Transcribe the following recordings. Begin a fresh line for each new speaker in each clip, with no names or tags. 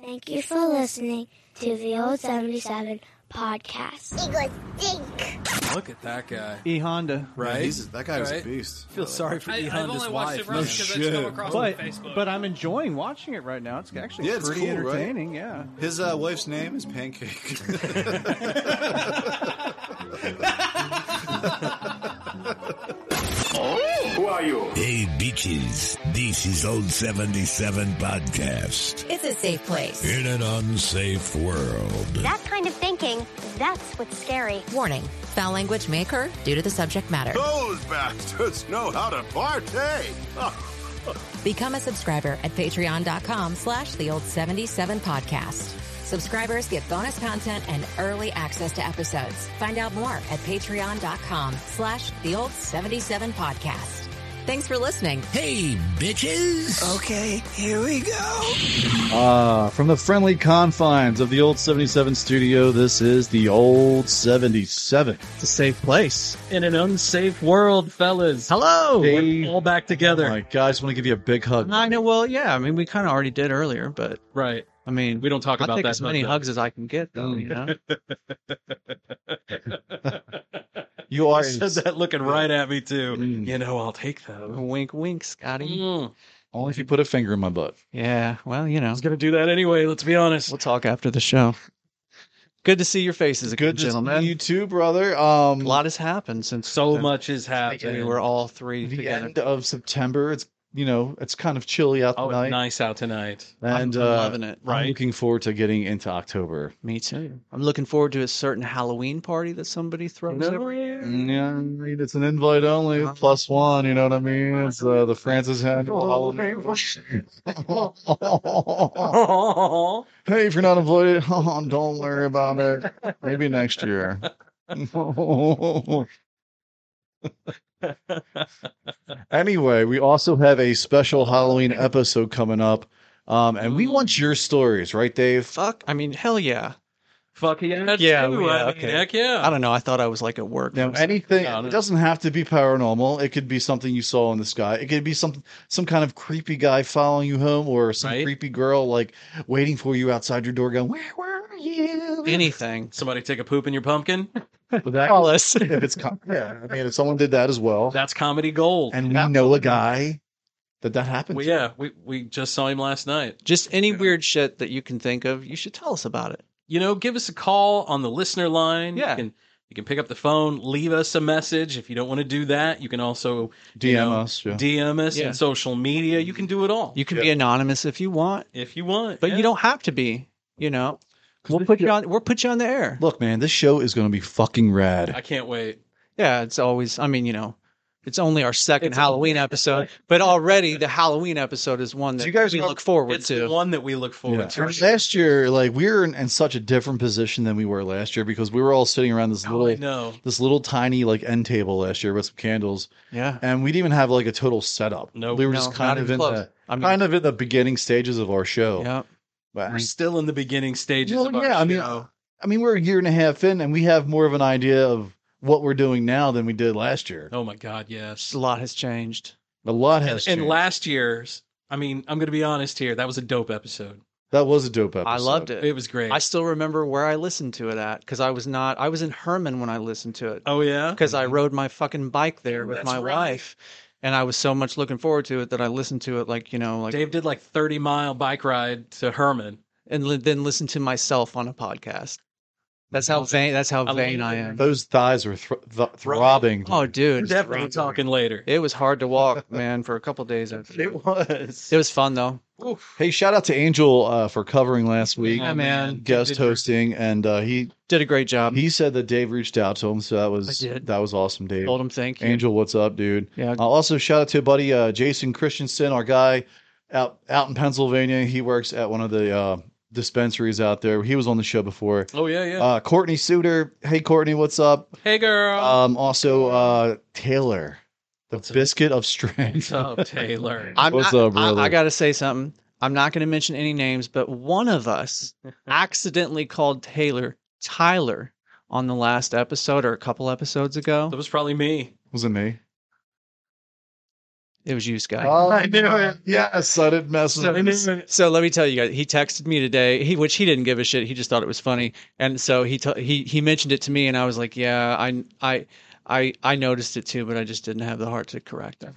Thank you for listening to the Old 77 podcast.
Eagles think.
Look at that guy.
E Honda.
Right?
he's- that guy was a
Right?
beast.
I feel sorry for
I,
E
I've
Honda's
only watched
wife.
it once because I just come across
But
on Facebook.
but I'm enjoying watching it right now. It's actually
Yeah, it's
pretty
cool, right?
entertaining. Yeah.
His uh, wife's name is Pancake.
Hey, bitches. This is Old 77 Podcast
It's a safe place.
in an unsafe world.
That kind of thinking, that's what's scary.
Warning foul language may occur due to the subject matter.
Those bastards know how to partay.
Become a subscriber at patreon.com slash the old 77 podcast. Subscribers get bonus content and early access to episodes. Find out more at patreon.com slash the old 77 podcast. Thanks for listening.
Hey, bitches.
Okay, here we go.
Uh, from the friendly confines of the old 77 studio, this is the old 77.
It's a safe place in an unsafe world, fellas. Hello,
Hey.
We're all back
Oh
together.
my guys, want to give you a big hug.
I know. Well, yeah. I mean, we kind of already did earlier, but
Right.
I mean,
We don't talk
I
about
take
that
as many
much,
hugs as I can get, though. You know,
You are
Said that looking right at me too.
Mm.
You know, I'll take them.
wink, wink, Scotty.
Mm.
only if you put a finger in my butt.
Yeah. Well, you
I
know,
was gonna do that anyway. Let's be honest.
we'll talk after the show. Good to see your faces, again,
Good to
gentlemen.
see you too, brother. Um,
A lot has happened since
So
since
much has happened.
We were all three
the
together.
end of September. It's you know it's kind of chilly out
oh, it's
tonight,
nice out tonight.
and
I'm,
uh,
I'm loving it.
I'm
Right.
looking forward to getting into October.
Me too. I'm looking forward to a certain Halloween party that somebody throws. every-
Yeah, I mean, it's an invite only, plus one. You know what I mean? It's uh, the Francis Hand.
Oh,
hey, if you're not invited, oh, don't worry about it. Maybe next year. anyway, we also have a special Halloween episode coming up. Um, and we want your stories, right, Dave?
Fuck. I mean, hell yeah.
fuck yeah,
Yeah,
too.
yeah,
I mean,
okay.
Heck yeah.
I don't know. I thought I was like at work.
Now, anything
No, no.
it doesn't have to be paranormal. It could be something you saw in the sky. It could be some some kind of creepy guy following you home, or some
Right.
creepy girl like waiting for you outside your door, going, "Where were you?"
anything.
Somebody take a poop in your pumpkin.
But that-
Call us.
if it's com- yeah, I mean, if someone did that as well,
That's comedy gold.
and we know a guy that that happened.
Well,
to.
yeah, we we just saw him last night.
Just any weird shit that you can think of, you should tell us about it.
you know, give us a call on the listener line.
Yeah.
You can, you can pick up the phone, leave us a message. If you don't want to do that, you can also
DM
you know,
us. Yeah.
DM us
Yeah.
on social media. You can do it all
You can be anonymous if you want,
if you want.
but
yeah.
you don't have to be. You know, we'll put you on. We'll put you on the air.
Look, man, this show is going to be fucking rad.
I can't wait.
Yeah, it's always. I mean, you know, it's only our second
It's-
Halloween episode, but already the Halloween episode is one that
you guys
we
know-
look forward
It's
to.
the one that we look forward
Yeah.
to.
Last year, like we were in, in such a different position than we were last year because we were all sitting around this
Oh, I
little
know.
this little tiny like end table last year with some candles,
yeah,
and we didn't even have like a total setup.
Nope.
we were
No,
just
not
kind of
even
in
close.
the
I mean,
kind of in the beginning stages of our show.
yeah,
But,
We're still in the beginning stages.
Well,
of our
yeah, I mean,
show.
I mean, we're a year and a half in, and we have more of an idea of what we're doing now than we did last year.
oh my God,
just
yes.
a lot has changed.
A lot
And,
has
and
changed.
last year's, I mean, I'm going to be honest here. That was a dope episode.
that was a dope episode.
I loved it.
It was great.
I still remember where I listened to it at because I was not. I was in Herman when I listened to it.
oh yeah.
because I rode my fucking bike there
Oh,
with
that's
my
right.
wife, and I was so much looking forward to it that I listened to it like you know like
Dave did like 30 mile bike ride to Herman.
and li- then listened to myself on a podcast. That's how vain. That's how
love
vain I
it.
am.
Those thighs were thr th- throbbing.
Oh,
We're
dude,
definitely talking later.
it was hard to walk, man, for a couple days. after that. It
was.
was fun though.
Hey, shout out to Angel uh, for covering last week,
Yeah, man.
guest
Did your-
hosting, and uh, he
Did a great job.
he said that Dave reached out to him, so that was
I did.
that was awesome, Dave.
Told him thank you.
Angel, what's up, dude?
Yeah.
Uh, also, shout out to buddy uh, Jason Christensen, our guy out out in Pennsylvania. He works at one of the uh, dispensaries out there. He was on the show before.
Oh yeah, yeah.
Uh, Courtney Suter, hey Courtney, what's up?
hey girl.
Um, also uh, Taylor, the
Oh. What's up?
biscuit of strength.
What's up, Oh, Taylor?
I'm
What's
I,
up,
I-
brother?
I gotta say something. I'm not gonna mention any names, but one of us accidentally called Taylor Tyler on the last episode or a couple episodes ago.
That was probably me.
Was it me?
It was you, Scott.
I knew it. Yes, I didn't mess with this.
So let me tell you guys, he texted me today, he which he didn't give a shit. He just thought it was funny, and so he t- he he mentioned it to me, and I was like, yeah, I I I I noticed it too, but I just didn't have the heart to correct him.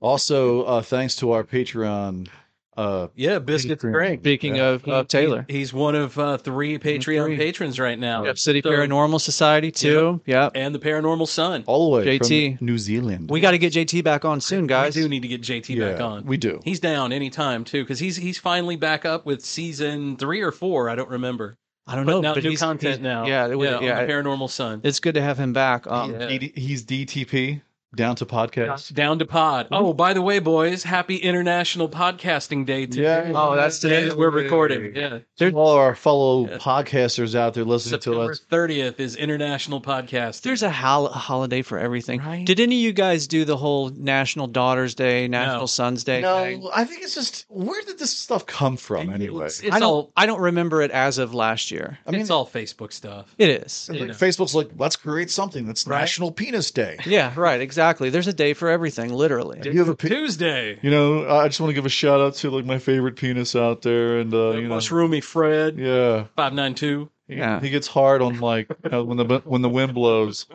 Also, uh, thanks to our Patreon. Uh,
Yeah, biscuits and drink. Uh,
Speaking of, of Taylor,
He's one of uh, three Patreon
Three.
patrons right now.
Yep, City
So-
Paranormal Society too. Yeah,
and the Paranormal Sun.
all the way
JT.
from New Zealand.
we got to get JT back on soon, guys.
We do need to get JT back
Yeah,
on.
we do.
He's down anytime too, because he's he's finally back up with season three or four. I don't remember.
I don't know,
Putting out
Oh, but
new
he's-
content
he's-
now.
Yeah, it would-
yeah,
yeah,
on the Paranormal Sun.
it's good to have him back. Um,
Yeah.
DD he's DTP down to podcast.
Down to pod. Oh, by the way, boys, happy International Podcasting Day today.
Yeah.
Oh, that's
Today
today.
that we're recording. Yeah.
To all our fellow
Yeah.
podcasters out there listening to
September
us.
30th is International Podcast.
There's a hol- holiday for everything.
Right?
Did any of you guys do the whole National Daughters Day, National
No.
Sons Day? thing?
No, I think it's just where did this stuff come from anyway?
It's, it's
I don't.
all Um,
I don't remember it as of last year.
I mean,
it's all Facebook stuff.
It is.
like,
know.
Facebook's like, let's create something that's
Right.
National Penis Day.
Yeah, right. Exactly. There's a day for everything, literally.
You have a pe-
Tuesday.
you know, I just want to give a shout out to like my favorite penis out there, and uh, you know,
Mushroomy Fred.
yeah,
Five nine two.
He-
Yeah.
he gets hard on like you know, when the when the wind blows.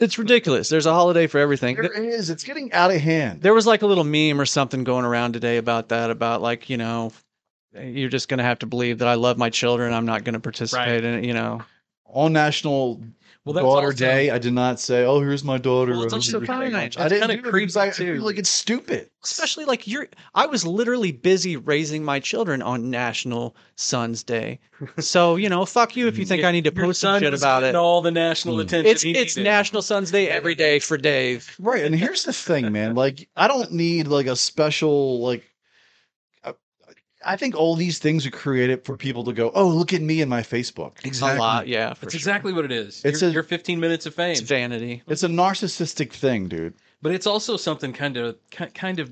It's ridiculous. There's a holiday for everything.
There is, it's getting out of hand.
There was like a little meme or something going around today about that, about like, you know, you're just going to have to believe that I love my children. I'm not going to participate in it, you know.
on National
Well, that's
Daughter
also-
Day, I did not say, "Oh, here's my daughter."
Well, it's
Oh,
also
here's
kinda-
my daughter."
it's
I didn't
kinda
do it because I
creepy,
feel
too.
Like it's stupid.
Especially like you're, I was literally busy raising my children on National Sons Day. So, you know, fuck you if you think I need to
Your
post some
son
shit
was
about
getting
it.
All the national attention.
It's,
he
it's
needed.
National Sons Day every day for Dave.
Right, and here's the thing, man. Like, I don't need like a special like. I- I think all these things are created for people to go, "Oh, look at me and my Facebook."
A lot, yeah. For
That's
sure.
exactly what it is.
It's
It's your,
a-
your 15 minutes of fame.
It's vanity.
It's a narcissistic thing, dude.
but it's also something kind of ki- kind of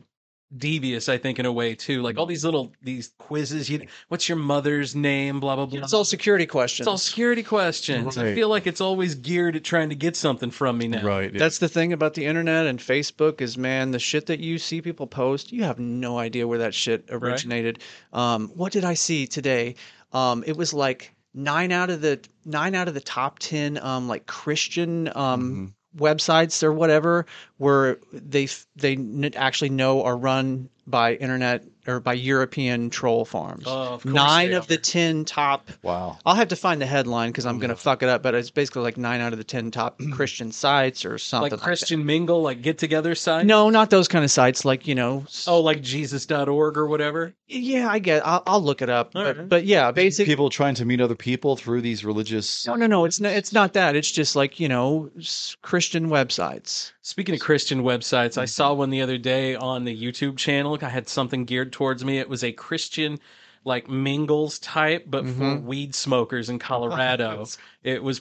devious, I think, in a way too. Like all these little these quizzes. You, what's your mother's name? Blah blah blah.
It's all security questions.
It's all security questions. I
Right.
feel like it's always geared at trying to get something from me now.
Right.
That's the thing about the internet and Facebook is, man, the shit that you see people post, you have no idea where that shit originated. Um, what did I see today? Um, it was like nine out of the nine out of the top ten, um, like Christian um,
Mm-hmm.
websites or whatever, where they f- they n- actually know are run by internet or by European troll farms.
Oh, of course
nine
they
of the
are.
ten top
wow.
I'll have to find the headline because I'm going to fuck it up, but it's basically like nine out of the 10 top Christian sites or something.
Like
Like
Christian Mingle, like get together
that.
site.
No, not those kind of sites. Like, you know, oh.
Oh, like Jesus.org or whatever.
yeah, I get I'll, I'll look it up.
All
But,
right.
but yeah, basically.
People trying to meet other people through these religious.
No, no, no. It's not, it's not that. It's just like, you know, s- Christian websites.
Speaking of Christian websites,
Mm-hmm.
I saw one the other day on the YouTube channel. I had something geared towards me. It was a Christian like mingles type, but
Mm-hmm.
for weed smokers
Oh,
in Colorado. it was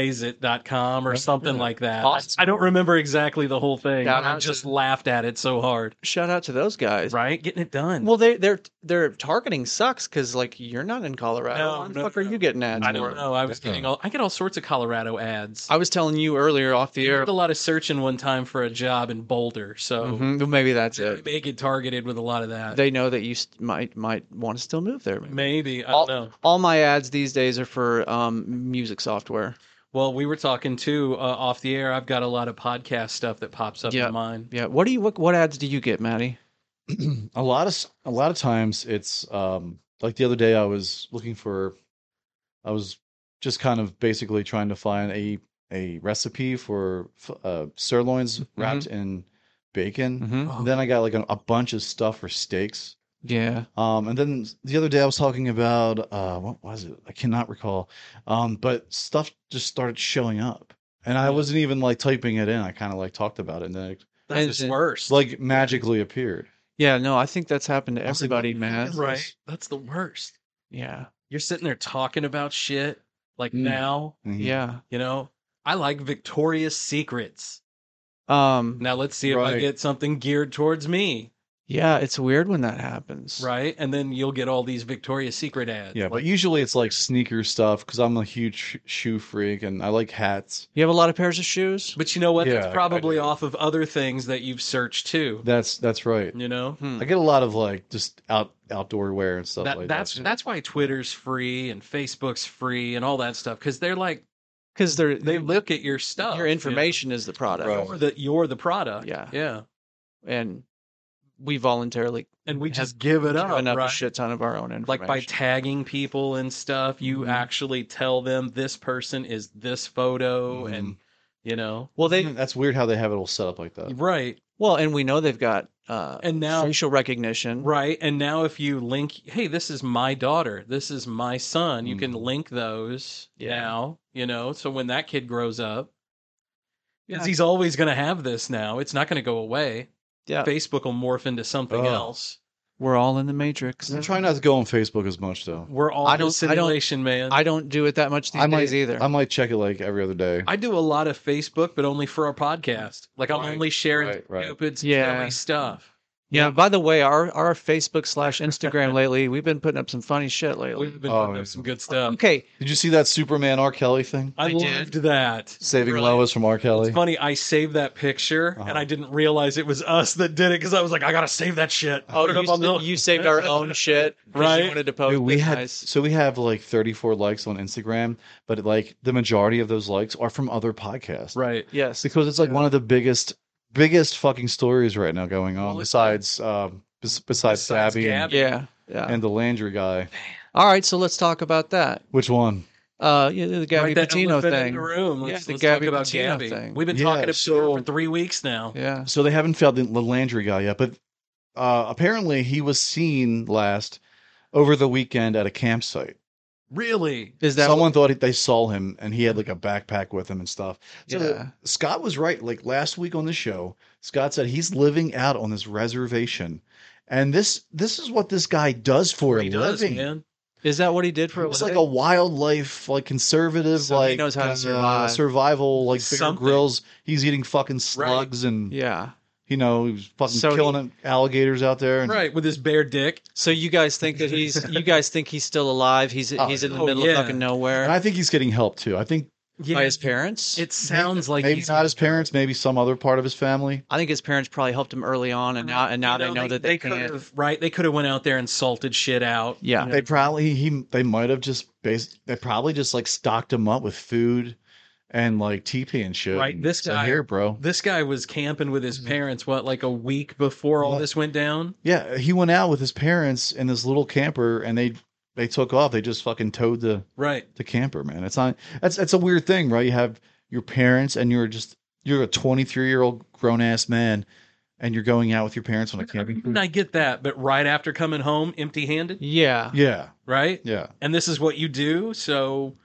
praiseitandblazeit.com or something like that.
Awesome.
I don't remember exactly the whole thing.
Shout
I
out
just
to-
laughed at it so hard.
Shout out to those guys.
Right? Getting it done.
Well, they, they're, their targeting sucks because, like, you're not in Colorado.
No,
Why the
no,
fuck are
no.
you getting ads
I
for?
don't know. I was getting all I get all sorts of Colorado ads.
I was telling you earlier off the
I
air.
did a lot of searching one time for a job in Boulder, so
Mhm, well, Maybe that's
they
it.
may get targeted with a lot of that.
They know that you st- might might want to still move there. Maybe.
Maybe I
all,
don't know.
all my ads these days are for um, music software.
Well, we were talking too uh, off the air. I've got a lot of podcast stuff that pops up
Yeah.
in mine.
Yeah. What do you what, what ads do you get, Maddie?
a lot of s- a lot of times it's um like the other day I was looking for I was just kind of basically trying to find a a recipe for f- uh sirloins wrapped in bacon.
Mm-hmm.
And then I got like a, a bunch of stuff for steaks.
Yeah.
Um and then the other day I was talking about uh what was it? I cannot recall. Um but stuff just started showing up. And I wasn't even like typing it in. I kind of like talked about it and then it
That's the
And-
worst.
like magically appeared.
Yeah. No, I think that's happened to
I was like, what
everybody,
the
man.
fuck is
right?
this?
That's the worst.
Yeah.
You're sitting there talking about shit like
Mm.
now.
Mhm.
Yeah.
You know, I like Victoria's Secrets.
Um.
Now let's see if I
Right.
get something geared towards me.
Yeah, it's weird when that happens.
right? And then you'll get all these Victoria's Secret ads.
Yeah, but
Like,
usually it's like sneaker stuff because I'm a huge sh- shoe freak and I like hats.
You have a lot of pairs of shoes?
but you know what?
Yeah, I- I
That's probably
do.
off of other things that you've searched too.
That's that's right.
You know,
I
Mm.
get a lot of like just out outdoor wear and stuff
that,
like
that's
that.
that's why Twitter's free and Facebook's free and all that stuff because they're like
Because they're
they look at your stuff,
your information is the product.
Right.
or that you're the product.
Yeah.
yeah,
And we voluntarily
and we
Have
just give it
give
up,
up a
uh, right?
shit ton of our own information. Mm-hmm.
like by tagging people and stuff, you actually tell them this person is this photo,
Mhm.
and you know,
Mm-hmm.
Hmm.
well they
Mm, that's weird how they have it all set up like that.
right,
well and we know they've got uh
And now-
facial recognition.
right. And now if you link, hey, this is my daughter, this is my son, you can link those
Mm. Yeah.
now, you know. So when that kid grows up, 'cause
Yeah.
he's always going to have this now. It's not going to go away.
Yeah.
Facebook will morph into something
Ugh.
else.
We're all in the matrix.
I'm
Mm-hmm.
trying not to go on Facebook as much though.
We're all
I
in
don't- I don't-
simulation, man.
I don't do it that much these
I might
days either.
I might check it like every other day.
I do a lot of Facebook, but only for our podcast. Like I'm
Right,
only sharing
right, right.
stupid,
Yeah.
silly stuff.
yeah. By the way, our our Facebook slash Instagram lately, we've been putting up some funny shit lately.
We've been
Oh,
putting
yeah.
up some good stuff.
Okay,
Did you see that Superman R. Kelly thing?
I, loved that.
Saving Lois from R. Kelly.
It's funny. I saved that picture, and I didn't realize it was us that did it because I was like, I gotta save that shit.
Oh,
Put it up
you,
on the-
you saved our own shit. 'cause You
Right.
wanted to post.
Dude, we
it.
had
Nice.
so we have like 34 likes on Instagram, but like the majority of those likes are from other podcasts.
right.
It's
yes.
because it's like one of the biggest biggest fucking stories right now going on
Well, it's-
besides um bes- besides,
Besides
Savvy and,
Gabby.
Yeah. Yeah.
and the Landry guy.
All right. So let's talk about that.
Which one?
Uh, yeah, the Gabby
Like that
Patino
elephant
thing.
In the room.
Yeah,
Let's,
the
let's
Gabby
talk about
Petino
Gabby.
thing.
We've been
Yeah,
talking about
so-
her for three weeks now.
Yeah.
So they haven't found the the Landry guy yet, but uh apparently he was seen last over the weekend at a campsite.
Really?
Is that
Someone thought they saw him and he had like a backpack with him and stuff. So
Yeah.
Scott was right. Like last week on the show, Scott said he's living out on this reservation. And this this is what this guy does for
He
a
does,
living.
man.
is that what he did for a
It's like
living?
a wildlife, like conservative,
So he
like
knows how to
uh,
survive.
survival, like Bear
Something.
grills. He's eating fucking slugs and
Yeah.
you know he's fucking
So he-
killing alligators out there. And,
Right with his bare dick.
So you guys think that he's you guys think he's still alive? He's he's in the
oh,
middle
yeah.
of fucking nowhere
And I think he's getting help too. I think
Yeah.
by his parents.
It sounds like
maybe
he's
not his parents, maybe some other part of his family.
I think his parents probably helped him early on, and now and now
Uh, You
they know that they, can't.
could've- right. They could have went out there and salted shit out.
Yeah.
They probably he they might have just based they probably just like stocked him up with food and like teepee and shit.
Right,
and
this
said,
guy-
here, bro.
This guy was camping with his parents. What, like a week before all
What?
this went down?
Yeah, he went out with his parents in this little camper, and they they took off. They just fucking towed the
Right.
the camper, man. It's not that's that's a weird thing, right? You have your parents and you're just you're a 23 year old grown ass man and you're going out with your parents on a camping trip.
And I get that, but right after coming home empty handed,
Yeah.
Yeah.
right?
Yeah.
And this is what you do. So,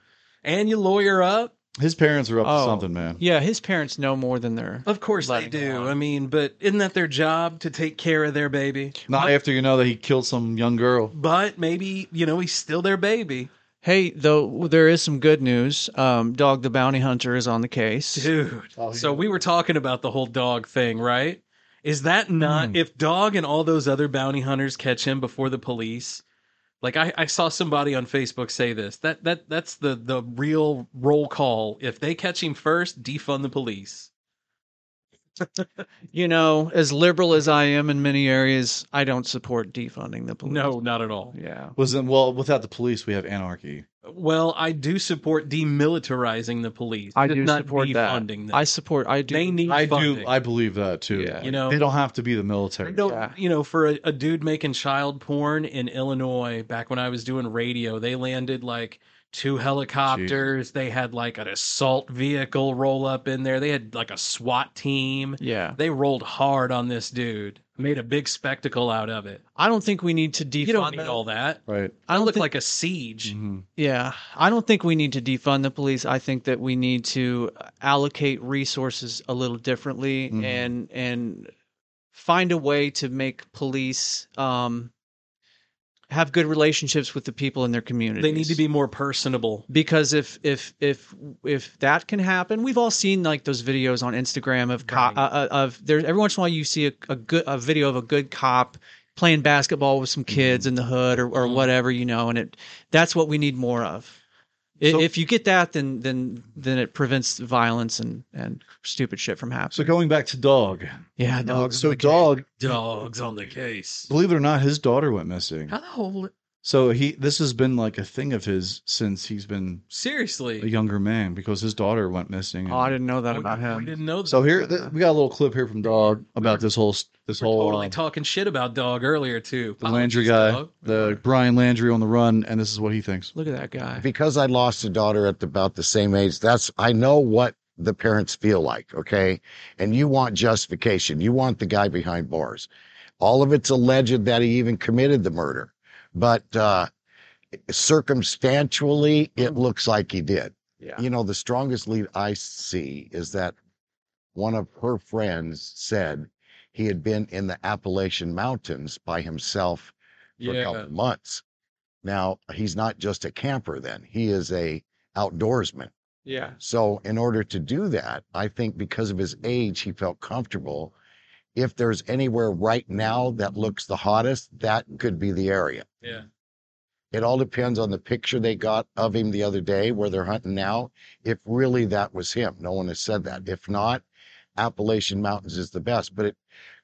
and you lawyer up.
His parents are up
Oh.
to something, man.
Yeah. His parents know more than their.
Of course
Letting
they do.
on.
I mean, but isn't that their job to take care of their baby?
Not after you know that he killed some young girl.
But maybe, you know, he's still their baby.
Hey, though there is some good news. Um, Dog the Bounty Hunter is on the case.
Dude. So we were talking about the whole dog thing, right? Is that not if dog and all those other bounty hunters catch him before the police? Like I, I saw somebody on Facebook say this. That that that's the the real roll call. If they catch him first, defund the police.
You know, as liberal as I am in many areas, I don't support defunding the police.
No, not at all.
Yeah.
Was it, well, without the police, we have anarchy.
Well, I do support demilitarizing the police.
I
just
do
not
support that.
defunding them.
I support. I do.
they need
I do.
funding.
I believe that too.
Yeah.
You know-
they don't have to be the military.
No,
Yeah.
you know, for a, a dude making child porn in Illinois back when I was doing radio, they landed like two helicopters. They had like an assault vehicle roll up in there. They had like a SWAT team.
yeah.
They rolled hard on this dude. Made a big spectacle out of it.
I don't think we need to defund.
You don't need
the-
all that.
Right.
I don't
Look
think,
like a siege.
Yeah, I don't think we need to defund the police. I think that we need to allocate resources a little differently
Mm-hmm.
Mhm.
and and find a way to make police um have good relationships with the people in their communities.
They need to be more personable.
because if if if if that can happen, we've all seen like those videos on Instagram of cop, uh, uh, of there every once in a while you see a, a good a video of a good cop playing basketball with some kids in the hood or, or whatever you know, and it that's what we need more of. I-
So-
if you get that, then then then it prevents violence and and stupid shit from happening.
So going back to dog.
yeah, dogs.
So dog,
Dogs on the case.
believe it or not, his daughter went missing.
How the whole
So he this has been like a thing of his since he's been a
seriously?
younger man because his daughter went missing.
Oh, I didn't know that
We-
about
We
him.
didn't know. That.
So here th- we got a little clip here from Dog about this whole s- this
We're
whole
totally
uh,
talking shit about dog earlier too.
the Landry
Apologies,
guy,
dog.
the Brian Landry on the run, and this is what he thinks.
Look at that guy.
because I lost a daughter at about the same age, that's I know what the parents feel like, okay? And you want justification. You want the guy behind bars. All of it's alleged that he even committed the murder, but uh circumstantially it looks like he did.
Yeah.
You know, the strongest lead I see is that one of her friends said he had been in the Appalachian Mountains by himself for a
Yeah.
couple months. Now he's not just a camper then. He is a outdoorsman.
Yeah.
So in order to do that, I think because of his age, he felt comfortable. If there's anywhere right now that looks the hottest, that could be the area.
Yeah.
It all depends on the picture they got of him the other day where they're hunting now. If really that was him, no one has said that. If not, Appalachian Mountains is the best, but it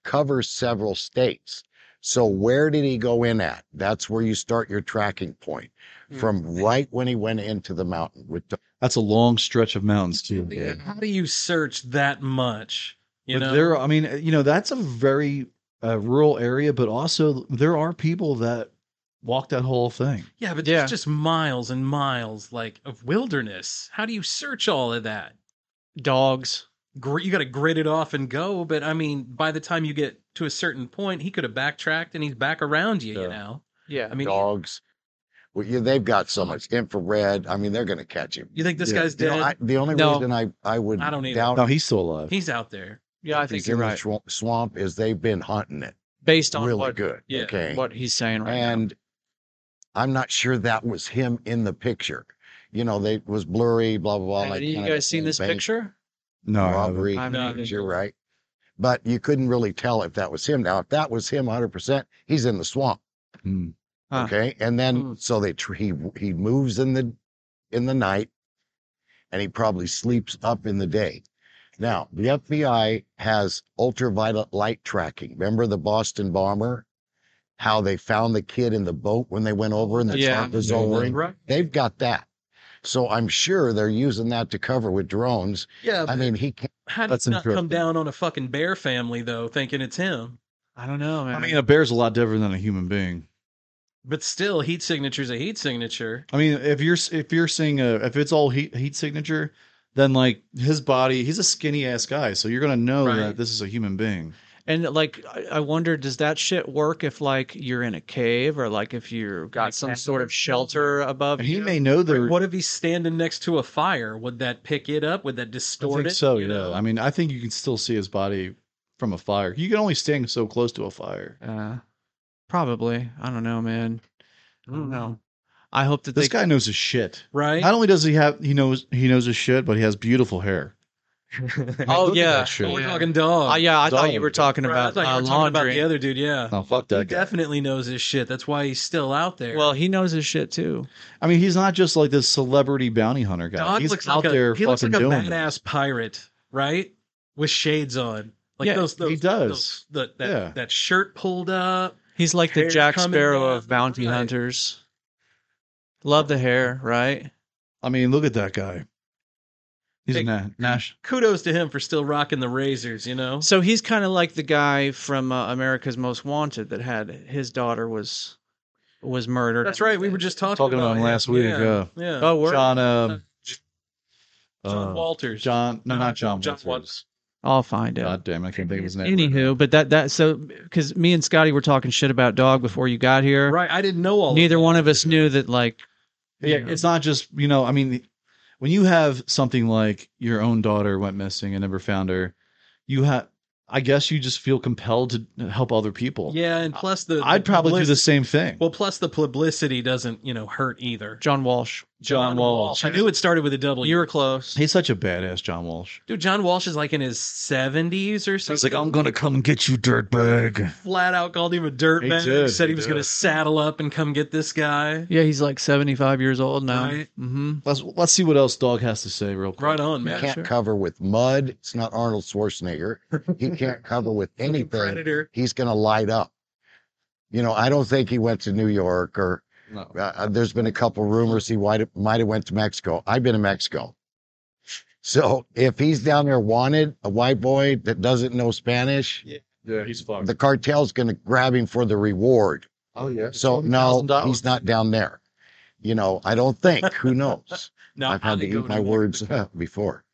covers several states. So where did he go in at? That's where you start your tracking point
Hmm.
from right when he went into the mountain with
That's a long stretch of mountains too.
How do you search that much? You
but
know,
there, I mean, you know, that's a very uh, rural area, but also there are people that walk that whole thing.
yeah, but
Yeah.
there's just miles and miles like of wilderness. How do you search all of that?
Dogs.
Gr- You got to grit it off and go. But I mean, by the time you get to a certain point, he could have backtracked and he's back around you.
Yeah.
You know,
Yeah.
I mean,
dogs. Well, yeah, they've got so much infrared. I mean, they're going to catch him.
you think this
Yeah.
guy's
You
dead?
know, I, the only
No.
reason I, I would
I don't either.
doubt
No, he's still alive.
He's out there.
yeah, I think
he's
you're
in
right.
the swamp, swamp is they've been hunting it
Based on
really
what,
good.
yeah,
okay.
what he's saying right now.
and I'm not sure that was him in the picture. You know, they it was blurry, blah, blah, blah.
Have
like
you
kind of
guys seen
thing,
this
bank
picture?
no, I haven't.
Robbery.
I've
not.
You're right. But you couldn't really tell if that was him. Now, if that was him 100%, he's in the swamp.
Hmm.
Huh.
Okay. And then
Hmm.
so they tr- he he moves in the in the night and he probably sleeps up in the day. Now, the FBI has ultraviolet light tracking. Remember the Boston bomber? How they found the kid in the boat when they went over and the
Yeah.
tarp was over.
Right.
They've got that. So I'm sure they're using that to cover with drones.
Yeah,
I mean, he can't.
how did
that's
it not come
interesting.
down on a fucking bear family though, thinking it's him?
I don't know, man.
I mean, a bear's a lot different than a human being.
But still, heat signature's a heat signature.
I mean, if you're if you're seeing a if it's all heat heat signature, then like his body, he's a skinny ass guy, so you're gonna know
Right.
that this is a human being.
and like, I, I wonder, does that shit work if like you're in a cave or like if you got some sort of shelter above
And he
you?
may know there.
What if he's standing next to a fire? Would that pick it up? Would that
I
distort
think
it?
so.
You
Yeah.
know?
I mean, I think you can still see his body from a fire. You can only stand so close to a fire.
Uh, probably. I don't know, man. I don't
Mm.
know. I hope that
This
they.
guy knows his shit.
right?
Not only does he have he knows he knows his shit, but he has beautiful hair.
oh
Look at
yeah.
that shit.
Oh, we're
yeah.
talking dog.
Oh, yeah, I thought you were
Dog.
talking
Right,
about
I thought you
uh,
were talking about
laundry.
the other dude. Yeah,
Oh fuck
he
that guy.
definitely knows his shit. That's why he's still out there.
well, he knows his shit too.
I mean, he's not just like this celebrity bounty hunter guy.
dog
he's
looks
out
like
there
a, he looks
fucking
like a
doing. it.
badass pirate, right? With shades on, like
Yeah,
those, those.
he does.
those- the- that
Yeah.
that shirt pulled up.
He's like the
Hair
Jack
coming
Sparrow
down,
of bounty
right.
hunters. Love the hair, right?
I mean, look at that guy. He's a
Hey,
na- Nash.
Kudos to him for still rocking the razors. You know,
So he's kind of like the guy from uh, America's Most Wanted that had his daughter was was murdered.
that's right. We were just talking,
Talking about him last week,
Yeah, yeah.
Oh, we're
John. Uh,
John
uh,
Walters.
John. No, not John.
John
Walters.
Walters.
I'll find it.
God damn, I can't think of his name.
Anywho, but that that so because me and Scotty were talking shit about dog before you got here.
Right. I didn't know all. of
Neither one of us knew that like
Yeah, it's not just you know. I mean, when you have something like your own daughter went missing and never found her, you have. I guess you just feel compelled to help other people.
Yeah, and plus the
I'd
the
probably do
public-
the same thing.
Well, plus the publicity doesn't you know hurt either.
John Walsh.
John, Walsh. I knew it started with a W.
You were close.
He's such a badass, John Walsh.
Dude, John Walsh is like in his seventies or
He's
something.
like, I'm gonna come and get you, dirtbag.
flat out called him a dirtbag.
He did,
Said he,
he
was
did.
going to saddle up and come get this guy.
Yeah, he's like 75 years old now.
Right.
Mm-hmm.
Let's let's see what else Dog has to say real quick.
Right on, man.
can't cover with mud. It's not Arnold Schwarzenegger. He can't cover with anything.
Predator.
He's going to light up. You know, I don't think he went to New York or
No.
uh, uh, there's been a couple rumors he might have, might have went to Mexico. I've been to Mexico. So if he's down there wanted, a white boy that doesn't know Spanish,
Yeah, he's fucked.
the cartel's going to grab him for the reward.
oh yeah.
So no,
$20,000.
he's not down there. You know, I don't think. Who knows?
No,
I've had
I'd
to
go
eat my
New York.
words uh, before.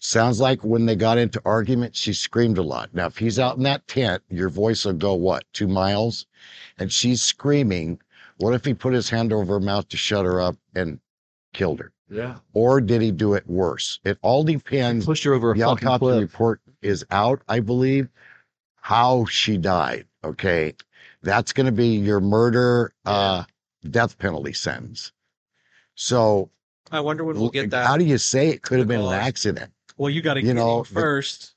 Sounds like when they got into arguments, she screamed a lot. Now, if he's out in that tent, your voice will go what two miles, and she's screaming. What if he put his hand over her mouth to shut her up and killed her?
Yeah.
Or did he do it worse? It all depends.
Pushed her over a
The
fucking
autopsy
cliff.
report is out, I believe. How she died. Okay, that's going to be your murder uh, death penalty sentence. So
I wonder when we'll get
how
that.
do you say it could have been an
Because-
accident?
Well, you got to
You
get
know,
him
the-
first.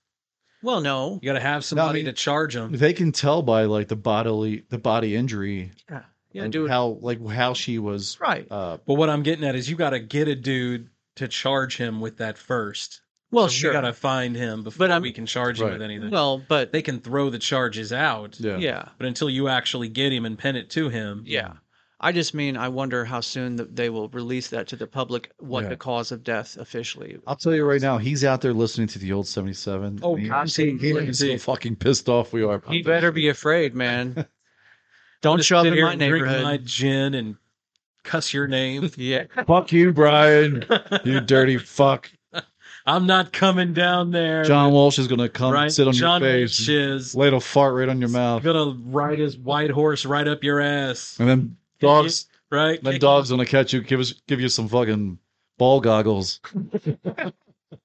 Well, no.
You got to have somebody
mean-
to charge him.
They can tell by like the bodily the body injury
Yeah,
and
do it.
how like how she was
right.
uh
But what I'm getting at is you got to get a dude to charge him with that first.
Well,
So
sure.
You got to find him before
I'm-
we can charge him
Right.
with anything.
well, but
they can throw the charges out,
yeah.
yeah.
but until you actually get him and pin it to him,
Yeah. I just mean I wonder how soon that they will release that to the public what
Yeah.
the cause of death officially.
I'll tell you right now, he's out there listening to the old 77.
Oh,
Man,
God,
he-
he-
he's so fucking pissed off we are.
He better be afraid, man.
I'm
Don't
just
show up
sit
in
here
my
and drink
neighborhood.
my gin and cuss your name.
Yeah.
Fuck you, Brian. You dirty fuck.
I'm not coming down there.
John Walsh is gonna come
right?
sit on
John
your face, and
Is
lay a fart right on your mouth,
gonna ride his white horse right up your ass,
and then dogs.
right?
Then
Kick-
dogs gonna catch you. Give us, give you some fucking ball goggles.
hope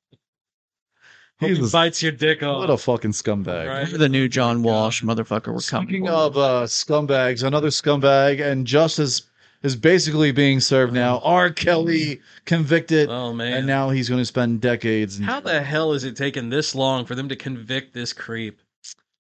he
Jesus.
bites your dick off.
What a fucking scumbag.
Right.
The new John Walsh motherfucker were coming.
Speaking of uh, scumbags, another scumbag, and justice is basically being served now. R. Kelly convicted,
oh man!
and now he's going to spend decades. In
how the hell is it taking this long for them to convict this creep?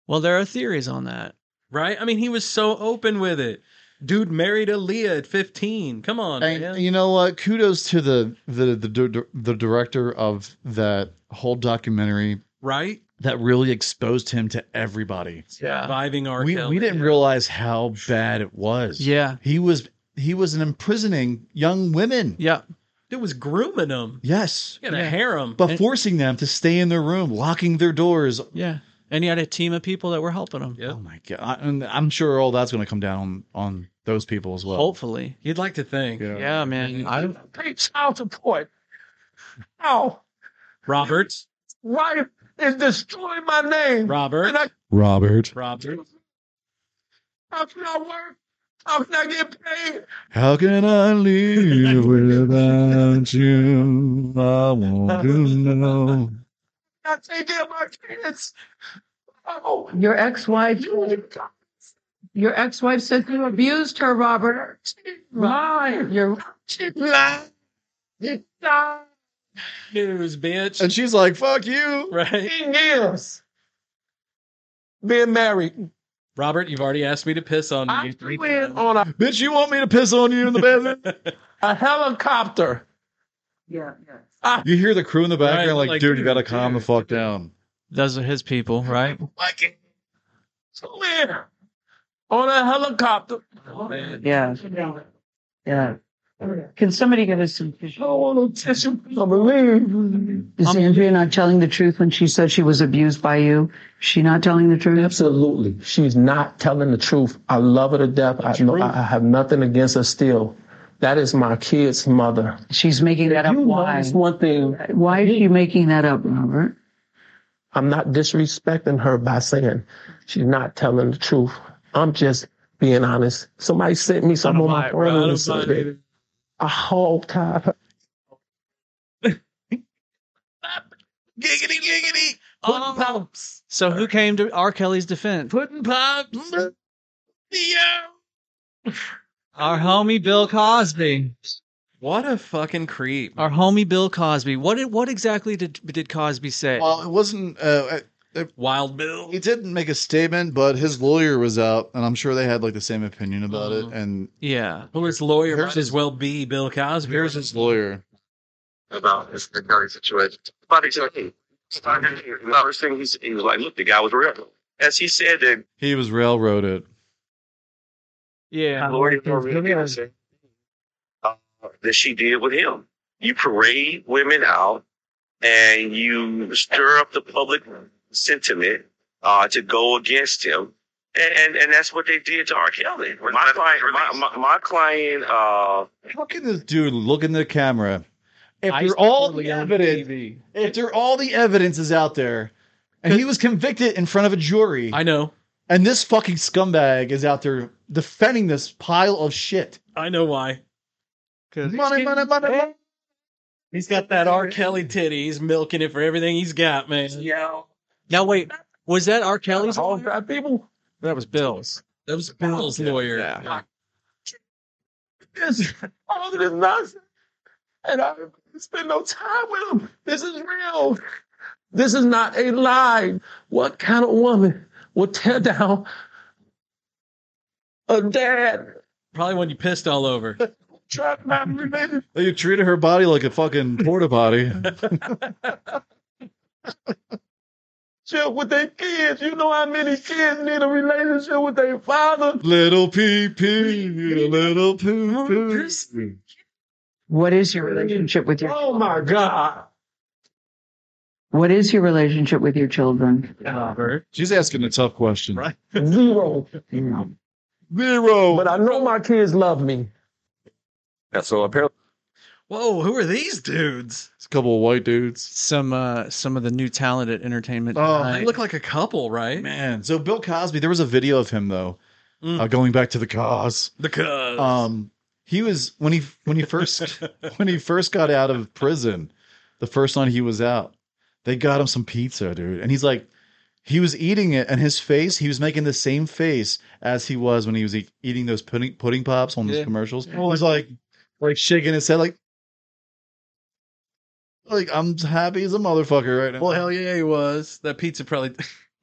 Well, there are theories on that.
Right? I mean, he was so open with it. Dude married Aaliyah at 15. Come on,
And
man.
you know what? Kudos to the the the, dir- the director of that whole documentary
right?
that really exposed him to everybody.
Yeah.
Surviving R.
We,
Kelly.
we didn't realize how bad it was.
Yeah.
he was he was imprisoning young women.
Yeah.
It was grooming him.
Yes,
You got to harem.
but forcing them to stay in their room, locking their doors.
Yeah. And he had a team of people that were helping him.
Yeah.
Oh my god! I, and I'm sure all that's going to come down on, on those people as well.
Hopefully.
You'd like to think.
Yeah.
Yeah, man. I
Pete's child support. How?
Roberts.
Why is destroying my name?
Robert.
And I,
Robert,
Robert.
how can I work? How can I get paid?
how can I live without you? I want to know.
I take care of my kids. Oh, your ex-wife. Your ex-wife said you abused her, Robert. Lie. You're lying. She lied.
News, bitch.
And she's like, "Fuck you."
right.
15 years being married.
Robert, you've already asked me to piss on
I
you. three
went
times.
on a,
Bitch, you want me to piss on you in the bathroom?
a helicopter.
you hear the crew in the background,
Right,
like,
like,
dude, you gotta calm the
dude.
fuck down.
those are his people, right?
Like it. So here on a helicopter. Yeah. Yeah. Can somebody give us some tissue? Oh, no tissue. I believe.
Is
Andrea not telling the truth when she said she was abused by you? She not telling the truth? Absolutely. She's not telling the truth. I love her to death. I, know, I I have nothing against her still. That is my kid's mother. She's making that up. Why? one thing. Why is she making that up, Robert? I'm not disrespecting her by saying she's not telling the truth. I'm just being honest. Somebody sent me some on my
I
phone.
don't
this
mind
morning. I hog tied her.
Giggity, giggity.
Um, So who came to R. Kelly's defense? Putin pops. Our homie Bill Cosby.
What a fucking creep.
Our homie Bill Cosby. What did, what exactly did did Cosby say?
Well, it wasn't. Uh, it,
Wild Bill.
He didn't make a statement, but his lawyer was out, and I'm sure they had like the same opinion about
Uh-huh.
it. And
yeah,
well, his lawyer might as well be Bill Cosby.
Here's his lawyer.
about this current situation. But he said, hey, stop it here. And the first thing he said, he was like, look, the guy was real. As he said, the
He was railroaded.
yeah,
Lord is more real than us, eh? Uh, that she did with him. You parade women out and you stir up the public sentiment uh, to go against him. And, and and that's what they did to R. Kelly. My client, my, my, my client uh,
How can this dude look in the camera if
I
you're all
totally
the
on
evidence?
TV.
If there all the evidence is out there, and he was convicted in front of a jury,
I know.
and this fucking scumbag is out there defending this pile of shit.
I know why.
Money, money, money, money.
He's got that R. Kelly titty. He's milking it for everything he's got, man.
yo,
Now wait, was that R. Kelly's?
Oh,
all dry people.
That was Bill's.
That was Bill's lawyer.
Yeah.
This all of this nonsense, and I spend no time with him.
This is real. This is not a lie. What kind of woman would tear down a dad?
Probably when you pissed all over.
Trap my religion.
You treated her body like a fucking porta potty.
relationship with their kids. You know how many kids need a relationship with their father?
little pee pee, little poo poo.
What is your relationship with your
Oh my God.
What is your relationship with your children?
She's asking a tough question. Right.
Zero.
Mm.
Zero.
But I know my kids love me.
Yeah, so apparently,
Whoa, who are these dudes?
It's a couple of white dudes.
Some uh, some of the new talent at Entertainment.
Oh,
They
Tonight.
look like a couple, right?
Man, so Bill Cosby, there was a video of him though.
Mm.
Uh, going back to the cause,
The
Oh,
cuz.
um, he was when he when he first when he first got out of prison, the first night he was out, they got him some pizza, dude, and he's like, he was eating it, and his face, he was making the same face as he was when he was e- eating those pudding pudding pops on
Yeah.
those commercials. He
Oh,
was like, like shaking his head, like. Like I'm happy as a motherfucker right now.
well, hell yeah, he was. That pizza probably.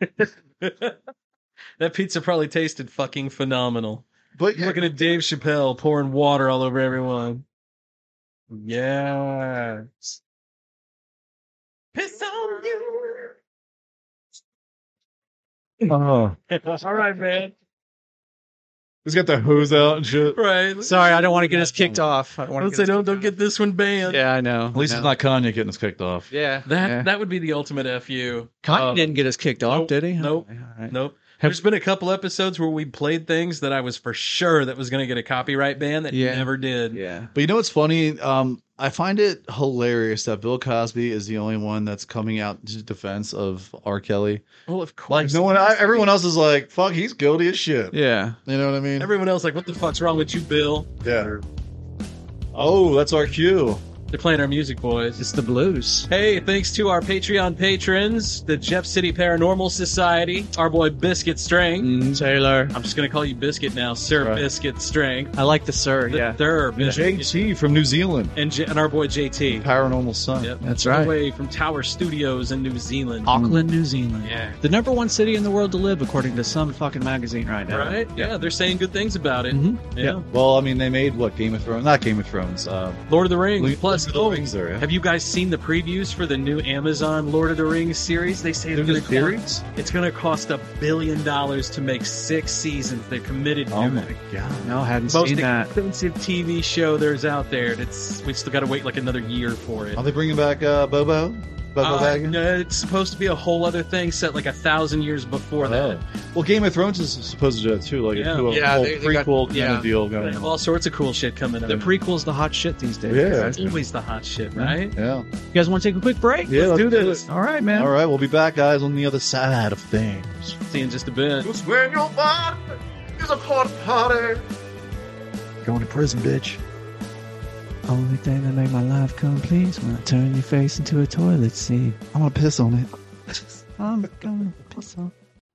that pizza probably tasted fucking phenomenal.
but
Looking at Dave Chappelle pouring water all over everyone. Yeah. Piss on you.
Oh.
All right, man.
He's got the hose out and shit.
Right.
Sorry, I don't want to get us kicked off. I don't want
Let's
to.
say don't don't get this one banned.
Yeah, I know.
At least it's not Kanye getting us kicked off.
Yeah,
That
yeah.
that would be the ultimate fu.
Kanye
Um,
didn't get us kicked off,
nope,
did he?
nope,
All right.
Nope. There's been a couple episodes where we played things that I was for sure that was going to get a copyright ban that
Yeah.
never did.
Yeah.
But you know what's funny? Um, I find it hilarious that Bill Cosby is the only one that's coming out to defense of R. Kelly.
Well, of course.
Like no one, I, everyone else is like, "Fuck, he's guilty as shit."
Yeah.
You know what I mean?
Everyone else like, what the fuck's wrong with you, Bill?
yeah. Oh, that's our cue.
They're playing our music, boys.
It's the blues.
Hey, thanks to our Patreon patrons, the Jeff City Paranormal Society, our boy Biscuit
Mm.
Strength.
Taylor.
I'm just going to call you Biscuit now, Sir
Right.
Biscuit Strength.
I like the sir.
The
yeah.
Thir Biscuit.
JT from New Zealand,
And, J- and our boy JT.
Paranormal Sun.
Yep.
That's
All
right.
the way from Tower Studios in New Zealand.
Auckland, New Zealand.
Yeah.
The number one city in the world to live, according to some fucking magazine right now.
Right? Yeah. they're saying good things about it.
Mhm.
Yeah.
Well, I mean, they made what Game of Thrones? Not Game of Thrones. Uh,
Lord of the Rings.
Lord
Plus,
of the
oh,
Rings there, yeah.
have you guys seen the previews for the new Amazon Lord of the Rings series? They say it's
There's a
going to
series.
it's going to cost a billion dollars to make six seasons. They're committed to
Oh
it.
my god!
No, hadn't
Most
seen that.
expensive TV show there's out there. and It's we still got to wait like another year for it.
Are they bringing back uh, Bobo? Bobo
Uh,
Baggins?
no, it's supposed to be a whole other thing set like a thousand years before that.
Oh. Well, Game of Thrones is supposed to do that too, like
Yeah.
a, do a
Yeah,
whole
they- they got-
prequel kind
yeah.
of deal
They
going
have
on.
all sorts of cool shit coming up.
The prequel's the hot shit these days.
Yeah.
guys. You
always the hot shit, right?
Yeah.
guys want to take a quick break?
Yeah,
let's,
let's
do
do
this. All right, man.
All right, we'll be back, guys, on the other side of things.
See you in just a bit.
It's when your body is a part party.
Going to prison, bitch.
Only thing that made my life complete is when I turned your face into a toilet seat.
I'm gonna piss on it.
I'm going to piss off.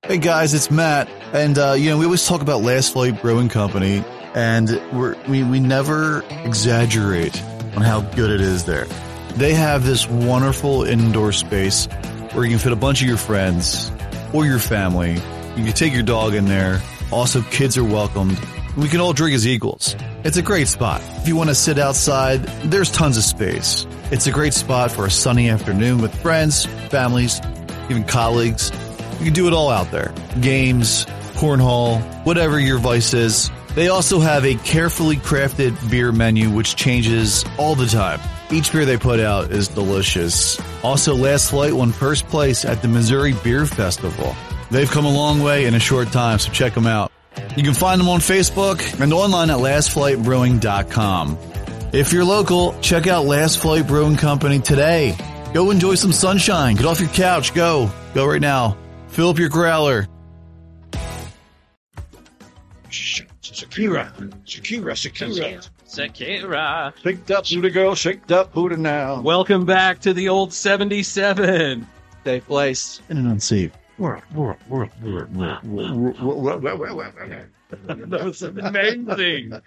Hey guys, it's Matt, and uh, you know we always talk about Last Flight Brewing Company, and we're, we we never exaggerate on how good it is there. They have this wonderful indoor space where you can fit a bunch of your friends or your family. You can take your dog in there. Also, kids are welcomed. We can all drink as equals. It's a great spot. If you want to sit outside, there's tons of space. It's a great spot for a sunny afternoon with friends, families, even colleagues. You can do it all out there. Games, cornhole, whatever your vice is. They also have a carefully crafted beer menu which changes all the time. Each beer they put out is delicious. Also, Last Flight won first place at the Missouri Beer Festival. They've come a long way in a short time, so check them out. You can find them on Facebook and online at lastflightbrewing.com. If you're local, check out Last Flight Brewing Company today. Go enjoy some sunshine. Get off your couch. Go. Go right now. Fill up your growler.
Shakira, Shakira, Shakira.
Shakira.
Shaked up booty girl, shaked up booty now.
Welcome back to the old 77.
Safe place.
In an unsafe
world, world, world, world, world, world, world, world, world, world, world. That was amazing.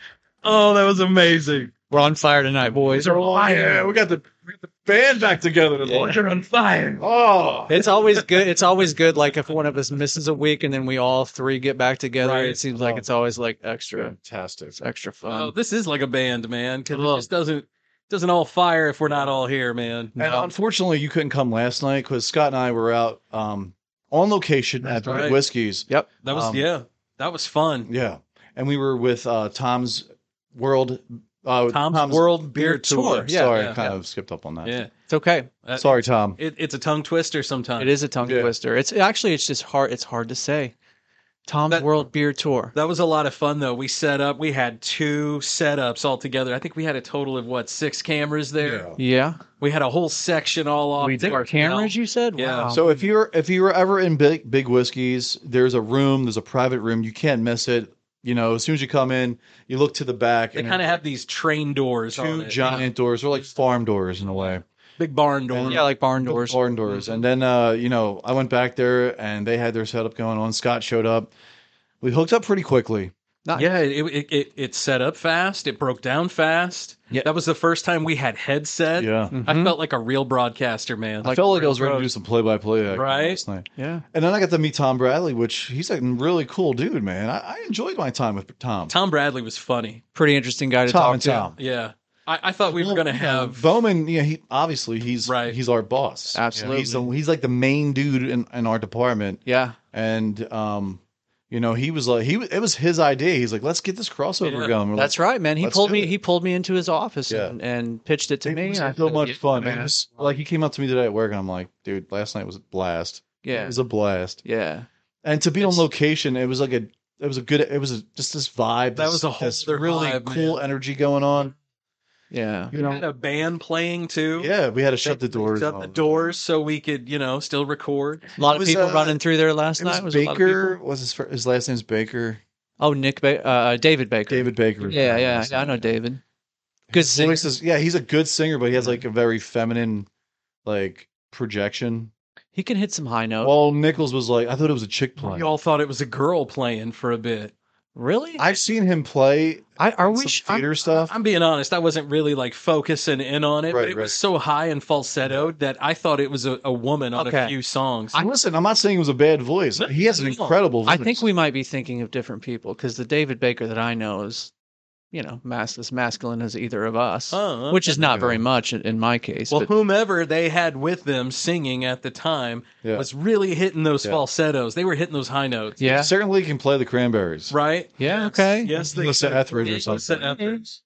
Oh, that was amazing.
We're on fire tonight, boys.
We're liar. We got the, we got the band back together. The boys are on fire. Oh,
It's always good. It's always good. Like if one of us misses a week and then we all three get back together, it seems like it's always like extra
fantastic. It's
extra fun.
Oh, this is like a band, man. Because it just doesn't doesn't all fire if we're not all here, man.
And unfortunately, you couldn't come last night because Scott and I were out um, on location at
right.
Whiskey's.
Yep,
That was yeah. That was fun.
Yeah, and we were with uh, Tom's World. Uh,
Tom's World Beer Tour. Yeah,
Sorry,
yeah.
I kind
Yeah.
of skipped up on that.
Yeah.
It's okay.
Sorry, Tom.
It, it's a tongue twister sometimes.
It is a tongue twister. It's actually it's just hard. It's hard to say. Tom's World Beer Tour.
That was a lot of fun though. We set up. We had two setups all together. I think we had a total of what six cameras there.
Yeah.
We had a whole section all off. We
Our cameras, you said.
Yeah.
Wow.
So if you're if you were ever in big big whiskeys, there's a room, there's a private room. You can't miss it. You know, as soon as you come in, you look to the back.
They kind of have these train doors. on
two
it.
giant doors. They're like farm doors in a way.
Big barn doors. Mm-hmm.
Yeah, like barn doors.
Barn doors. And then uh, you know, I went back there and they had their setup going on. Scott showed up. We hooked up pretty quickly.
Yeah, it, it it it set up fast. It broke down fast. Yeah. Mm-hmm. That was the first time we had headset.
Yeah.
I felt like a real broadcaster, man.
I felt like I was ready to do some play by play
Right?
last night.
Yeah.
And then I got to meet Tom Bradley, which he's a really cool dude, man. I, I enjoyed my time with Tom.
Tom Bradley was funny.
Pretty interesting guy to
Tom
talk
and
to.
Tom.
Yeah. I, I thought we were gonna have
Bowman, yeah, he obviously he's he's our boss.
Absolutely.
he's the, he's like the main dude in, in our department.
Yeah,
and um, you know, he was like he was- it was his idea. He's like, let's get this crossover
Yeah.
going. We're
That's
like,
right, man. He
"Let's
pulled
do
me.
it."
He pulled me into his office and, and pitched it to me.
It was
I
so
said,
much
"Yeah,
fun, man.
man."
It was- like he came up to me today at work, and I'm like, dude, last night was a blast.
Yeah.
it was a blast.
Yeah,
and to be on location, it was like a it was a good it was a, just this vibe.
That
this-
was a whole
this
other
really
vibe,
cool energy going on.
Yeah,
you know,
had a band playing too.
Yeah, Oh, we had to shut the doors.
Shut the doors so we could, you know, still record.
A lot of people running through there last
uh, it
night.
was
a lot of people.
Baker. Was his fir- his last name's Baker?
Oh, Nick. Ba- uh, David Baker.
David Baker.
Yeah, yeah. I know David. Good
His voice is yeah. He's a good singer, but he
Mm-hmm.
has like a very feminine, like projection.
He can hit some high notes.
Well, Nichols was like, I thought it was a chick playing.
You all thought it was a girl playing for a bit.
Really?
I've seen him play.
I are
we theater stuff?
I'm being honest. I wasn't really like focusing in on it,
Right,
but it
right.
was so high and falsettoed that I thought it was a, a woman on
Okay.
a few songs.
I, listen, I'm not saying it was a bad voice. He has an incredible.
I
voice.
think we might be thinking of different people because the David Baker that I know is, you know, mas- as masculine as either of us,
Oh,
which
okay.
is not very much in, in my case.
well,
but
whomever they had with them singing at the time
Yeah.
was really hitting those
Yeah.
falsettos. They were hitting those high notes.
Yeah.
certainly can play the Cranberries.
Right?
Yeah. Okay.
Yes, they
Melissa
could.
Etheridge or
Melissa
something.
Etheridge.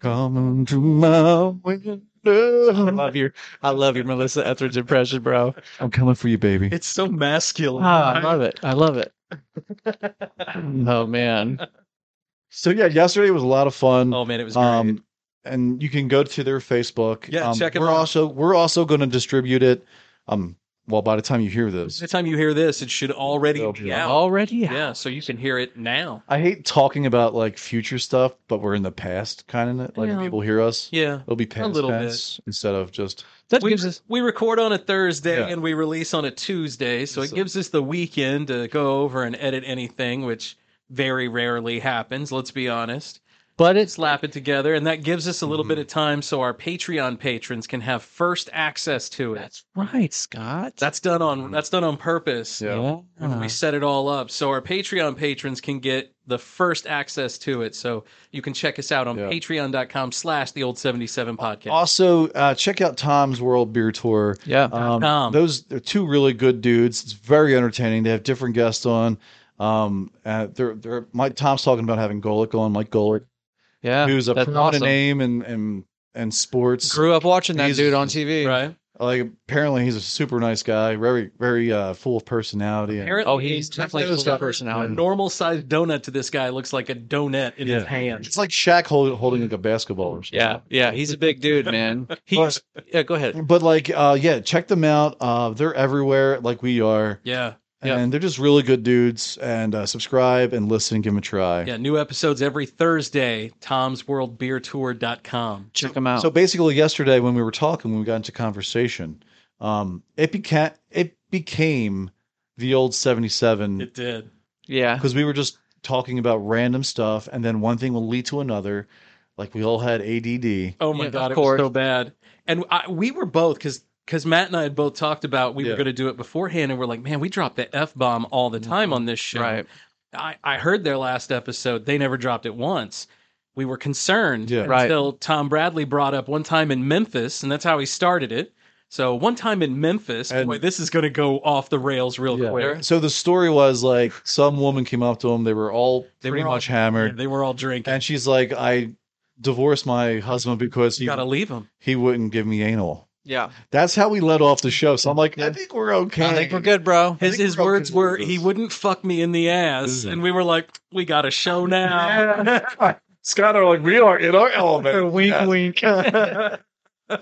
Come to my window. I
love your, I love your Melissa Etheridge impression, bro.
I'm coming for you, baby.
It's so masculine.
Ah, I love it. I love it. oh man.
So yeah, yesterday was a lot of fun. Oh
man, it was
great. and you can go to their Facebook.
Yeah,
Um,
check 'em
we're
out.
also we're also going to distribute it. Um, well, by the time you hear this,
By the time you hear this, it should already be out.
Already
out. Yeah, so you can hear it now.
I hate talking about like future stuff, but we're in the past, kind of. Like when
Yeah.
people hear us,
Yeah,
it'll be
a
past
little
tense instead of just
we, we record on a Thursday
Yeah.
and we release on a Tuesday, so it gives us the weekend to go over and edit anything, which very rarely happens. Let's be honest.
But it
slap it together, and that gives us a
Mm-hmm.
little bit of time so our Patreon patrons can have first access to it. That's
Right, Scott.
that's done on that's done on purpose.
Mm-hmm. Yeah. Ah.
When we set it all up. So our Patreon patrons can get the first access to it. So you can check us out on patreon.com slash the old seventy seven podcast.
Also, uh, check out Tom's World Beer Tour.
Yeah,
um, those are two really good dudes. It's very entertaining. They have different guests on. Um, uh, they're they're Mike Tom's talking about having Golick on, Mike Golick.
Yeah,
who's a
that's
prominent
awesome.
name and and and sports.
Grew up watching that
He's-
dude on TV.
Right.
Like apparently he's a super nice guy, very very uh, full of personality. and-
Apparently, oh, he's definitely
full of personality.
A normal sized donut to this guy looks like a donut in his hand.
It's like Shaq hold, holding like a basketball or something.
Yeah, yeah, he's a big dude, man. He's yeah. Go ahead.
But like, uh, yeah, check them out. Uh, they're everywhere, like we are.
Yeah.
and they're just really good dudes. And uh, subscribe and listen, give them a try.
Yeah, new episodes every Thursday, tomsworldbeertour.com.
Check them out.
So basically, yesterday when we were talking, when we got into conversation, um, it became it became the old seventy seven
It did.
Yeah.
because we were just talking about random stuff, and then one thing will lead to another. Like we all had ADD.
Oh my god, it was so bad. And I, we were both because because Matt and I had both talked about we were going to do it beforehand, and we're like, man, we drop the f bomb all the time on this show. Mm-hmm. Right. I, I heard their last episode; they never dropped it once. We were concerned
Right.
until Tom Bradley brought up one time in Memphis, and that's how he started it. So one time in Memphis, boy, this is going to go off the rails real quick.
So the story was like some woman came up to him. They were all pretty
were all-
much hammered.
they were all drinking.
And she's like, I divorced my husband because he
gotta leave him.
He wouldn't give me anal.
Yeah.
That's how we let off the show. So I'm like, I think we're okay.
I think we're good, bro.
His, his words were, he wouldn't fuck me in the ass. And we were like, we got a show now.
Scott are like, we are in our element.
wink, wink.
I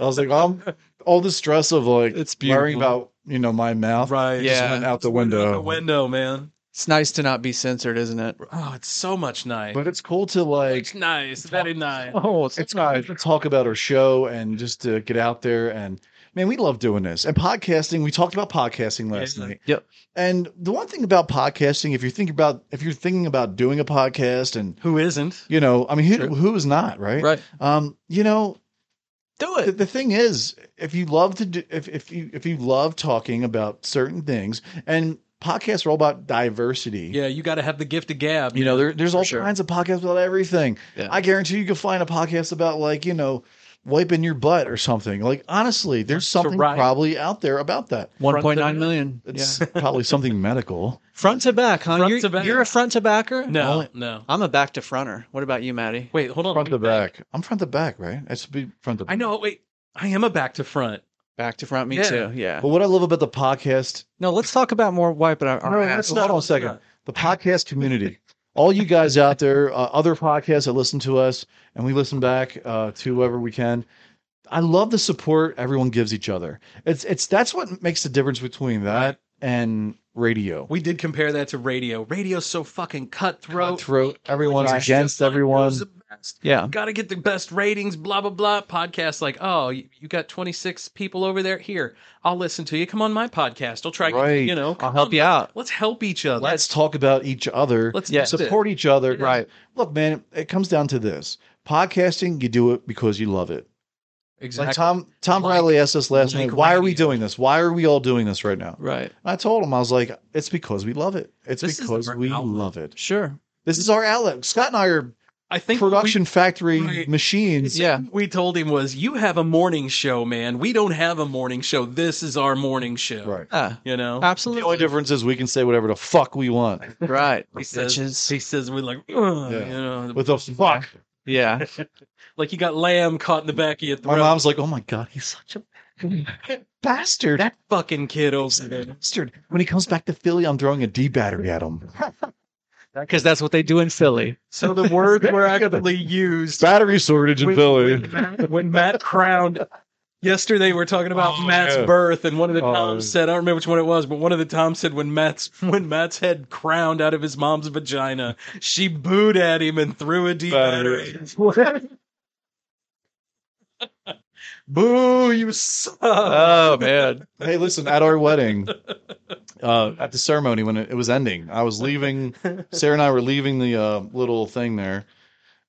was like, I'm all the stress of like it's worrying about you know my mouth.
Right.
Just
Yeah.
went out the window.
window, man.
It's nice to not be censored, isn't it?
Oh, it's so much nice.
But it's cool to like
nice, very nice.
Oh, it's, it's nice to talk about our show and just to get out there and man, we love doing this and podcasting. We talked about podcasting last night.
Yep.
And the one thing about podcasting, if you're thinking about if you're thinking about doing a podcast and
who isn't,
you know, I mean, who, who is not right? Right. Um, you know,
do it.
The, the thing is, if you love to do, if if you if you love talking about certain things and podcasts are all about diversity.
Yeah, you got to have the gift of gab.
You know, there, there's all kinds of podcasts about everything. I guarantee you can find a podcast about like, you know, wiping your butt or something. Like honestly, there's something
right.
probably out there about that.
1.9 million.
It's probably something medical.
Front to back, huh? you're,
to back.
you're a front to backer?
No, Only-
no.
I'm a back to fronter. What about you, Maddie?
Wait, hold on.
Front to back. I'm front to back, right? I should be front to back.
I know. Wait, I am a back to front.
Back to front, me
Yeah.
too. Yeah.
But what I love about the podcast
No, let's talk about more wiping our, our
No,
ass.
that's not. Hold on a second. The podcast community, all you guys out there, uh, other podcasts that listen to us, and we listen back uh, to whoever we can. I love the support everyone gives each other. It's it's that's what makes the difference between that and radio.
We did compare that to radio. Radio's so fucking cutthroat.
Throat everyone's
Right.
against everyone. Yeah.
Got to get the best ratings, blah, blah, blah. Podcasts like, oh, you, you got 26 people over there? Here, I'll listen to you. Come on my podcast. I'll try,
Right.
you know.
I'll help you out.
Let's help each other.
Let's talk about each other.
Let's Yeah. do it.
support each other. Right. Look, man, it comes down to this. Podcasting, you do it because you love it. Like Tom Tom Bradley asked us last night, why are we doing this? Why are we all doing this right now?
Right.
I told him I was like, it's because we love it. It's because we love it.
Sure.
This is our outlet. Scott and I are
I think
production factory machines.
Yeah. We told him was you have a morning show, man. We don't have a morning show. This is our morning show.
Right.
you know?
Absolutely.
The only difference is we can say whatever the fuck we want.
Right.
He says he says we're like "Ugh," you know
With the fuck.
Yeah.
like you got lamb caught in the back of your
My
throat.
mom's like, oh my God, he's such a bastard. That
fucking kid over there.
bastard. When he comes back to Philly, I'm throwing a D battery at him.
Because that's what they do in Philly.
So the words were actually used.
Battery shortage in Philly.
when Matt crowned Yesterday we were talking about
Oh,
Matt's
yeah.
birth, and one of the
Oh.
Toms said, I don't remember which one it was, but one of the Toms said when Matt's when Matt's head crowned out of his mom's vagina, she booed at him and threw a D battery. Boo, you suck.
Oh man. Hey, listen, at our wedding, uh, at the ceremony when it, it was ending, I was leaving Sarah and I were leaving the uh, little thing there.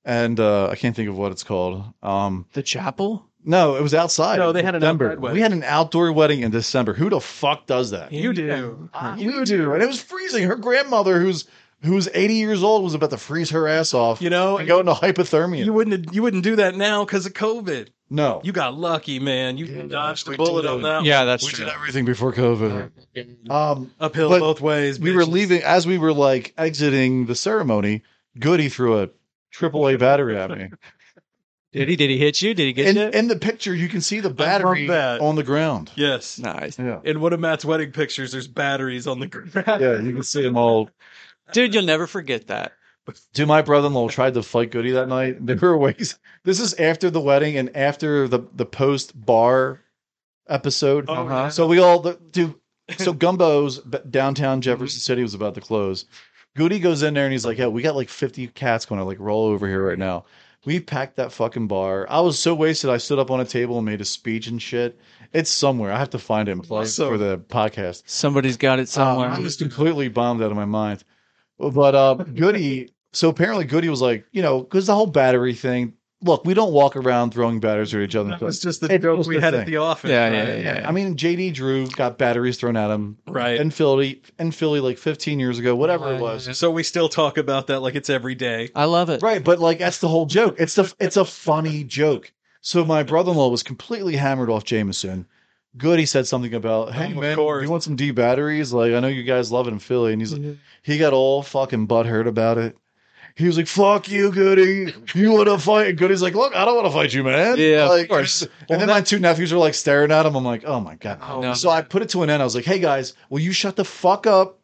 And uh, I can't think of what it's called. Um,
the chapel?
No, it was outside.
No,
in
they had an
December.
outside wedding.
We had an outdoor wedding in December. Who the fuck does that? Ah,
You do.
you do. And it was freezing. Her grandmother, who's who's 80 years old, was about to freeze her ass off. You
know,
and go into hypothermia.
You wouldn't you wouldn't do that now because of COVID.
No.
You got lucky, man. You dodged a bullet on that.
Yeah,
one.
that's We true. did everything before COVID. Um,
Uphill both ways.
We were leaving as we were like exiting the ceremony. Goody threw a AAA battery at me.
Did he? Did he hit you? Did he get
in,
you?
in the picture? You can see the battery
that.
on the ground.
Yes.
Nice.
Yeah.
In one of Matt's wedding pictures, there's batteries on the ground.
Yeah, you can see them all.
Dude, you'll never forget that.
Dude, my brother-in-law tried to fight Goody that night. There were ways. This is after the wedding and after the the post bar episode.
Oh, yeah.
So we all the, dude. So Gumbo's b-
Mm-hmm.
downtown Jefferson City was about to close. Goody goes in there and he's like, "Yeah, we got like fifty cats going to like roll over here right now." We packed that fucking bar. I was so wasted. I stood up on a table and made a speech and shit. It's somewhere. I have to find it and play it
Awesome.
for the podcast.
Somebody's got
Oh,
it somewhere.
I was completely bombed out of my mind. But uh, Goody, so apparently Goody was like, you know, because the whole battery thing. Look, we don't walk around throwing batteries at each other.
That was just the joke
was
we
the
had at
thing.
the office.
Yeah,
right?
yeah, yeah. I mean, JD Drew got batteries thrown at him,
Right.
In Philly, in Philly, like 15 years ago, whatever it was.
So we still talk about that like it's every day.
I love it.
Right, but like that's the whole joke. It's the it's a funny joke. So my brother-in-law was completely hammered off Jameson. Goody said something about, "Hey man, you want some D batteries? Like I know you guys love it in Philly." And he's like, he got all fucking butthurt about it. He was like, "Fuck you, Goody. You want to fight?" And Goody's like, "Look, I don't want to fight you, man."
Yeah, of
Like,
course.
And then my two nephews were like staring at him. I'm like, "Oh my god." So I put it to an end. I was like, "Hey guys, will you shut the fuck up?"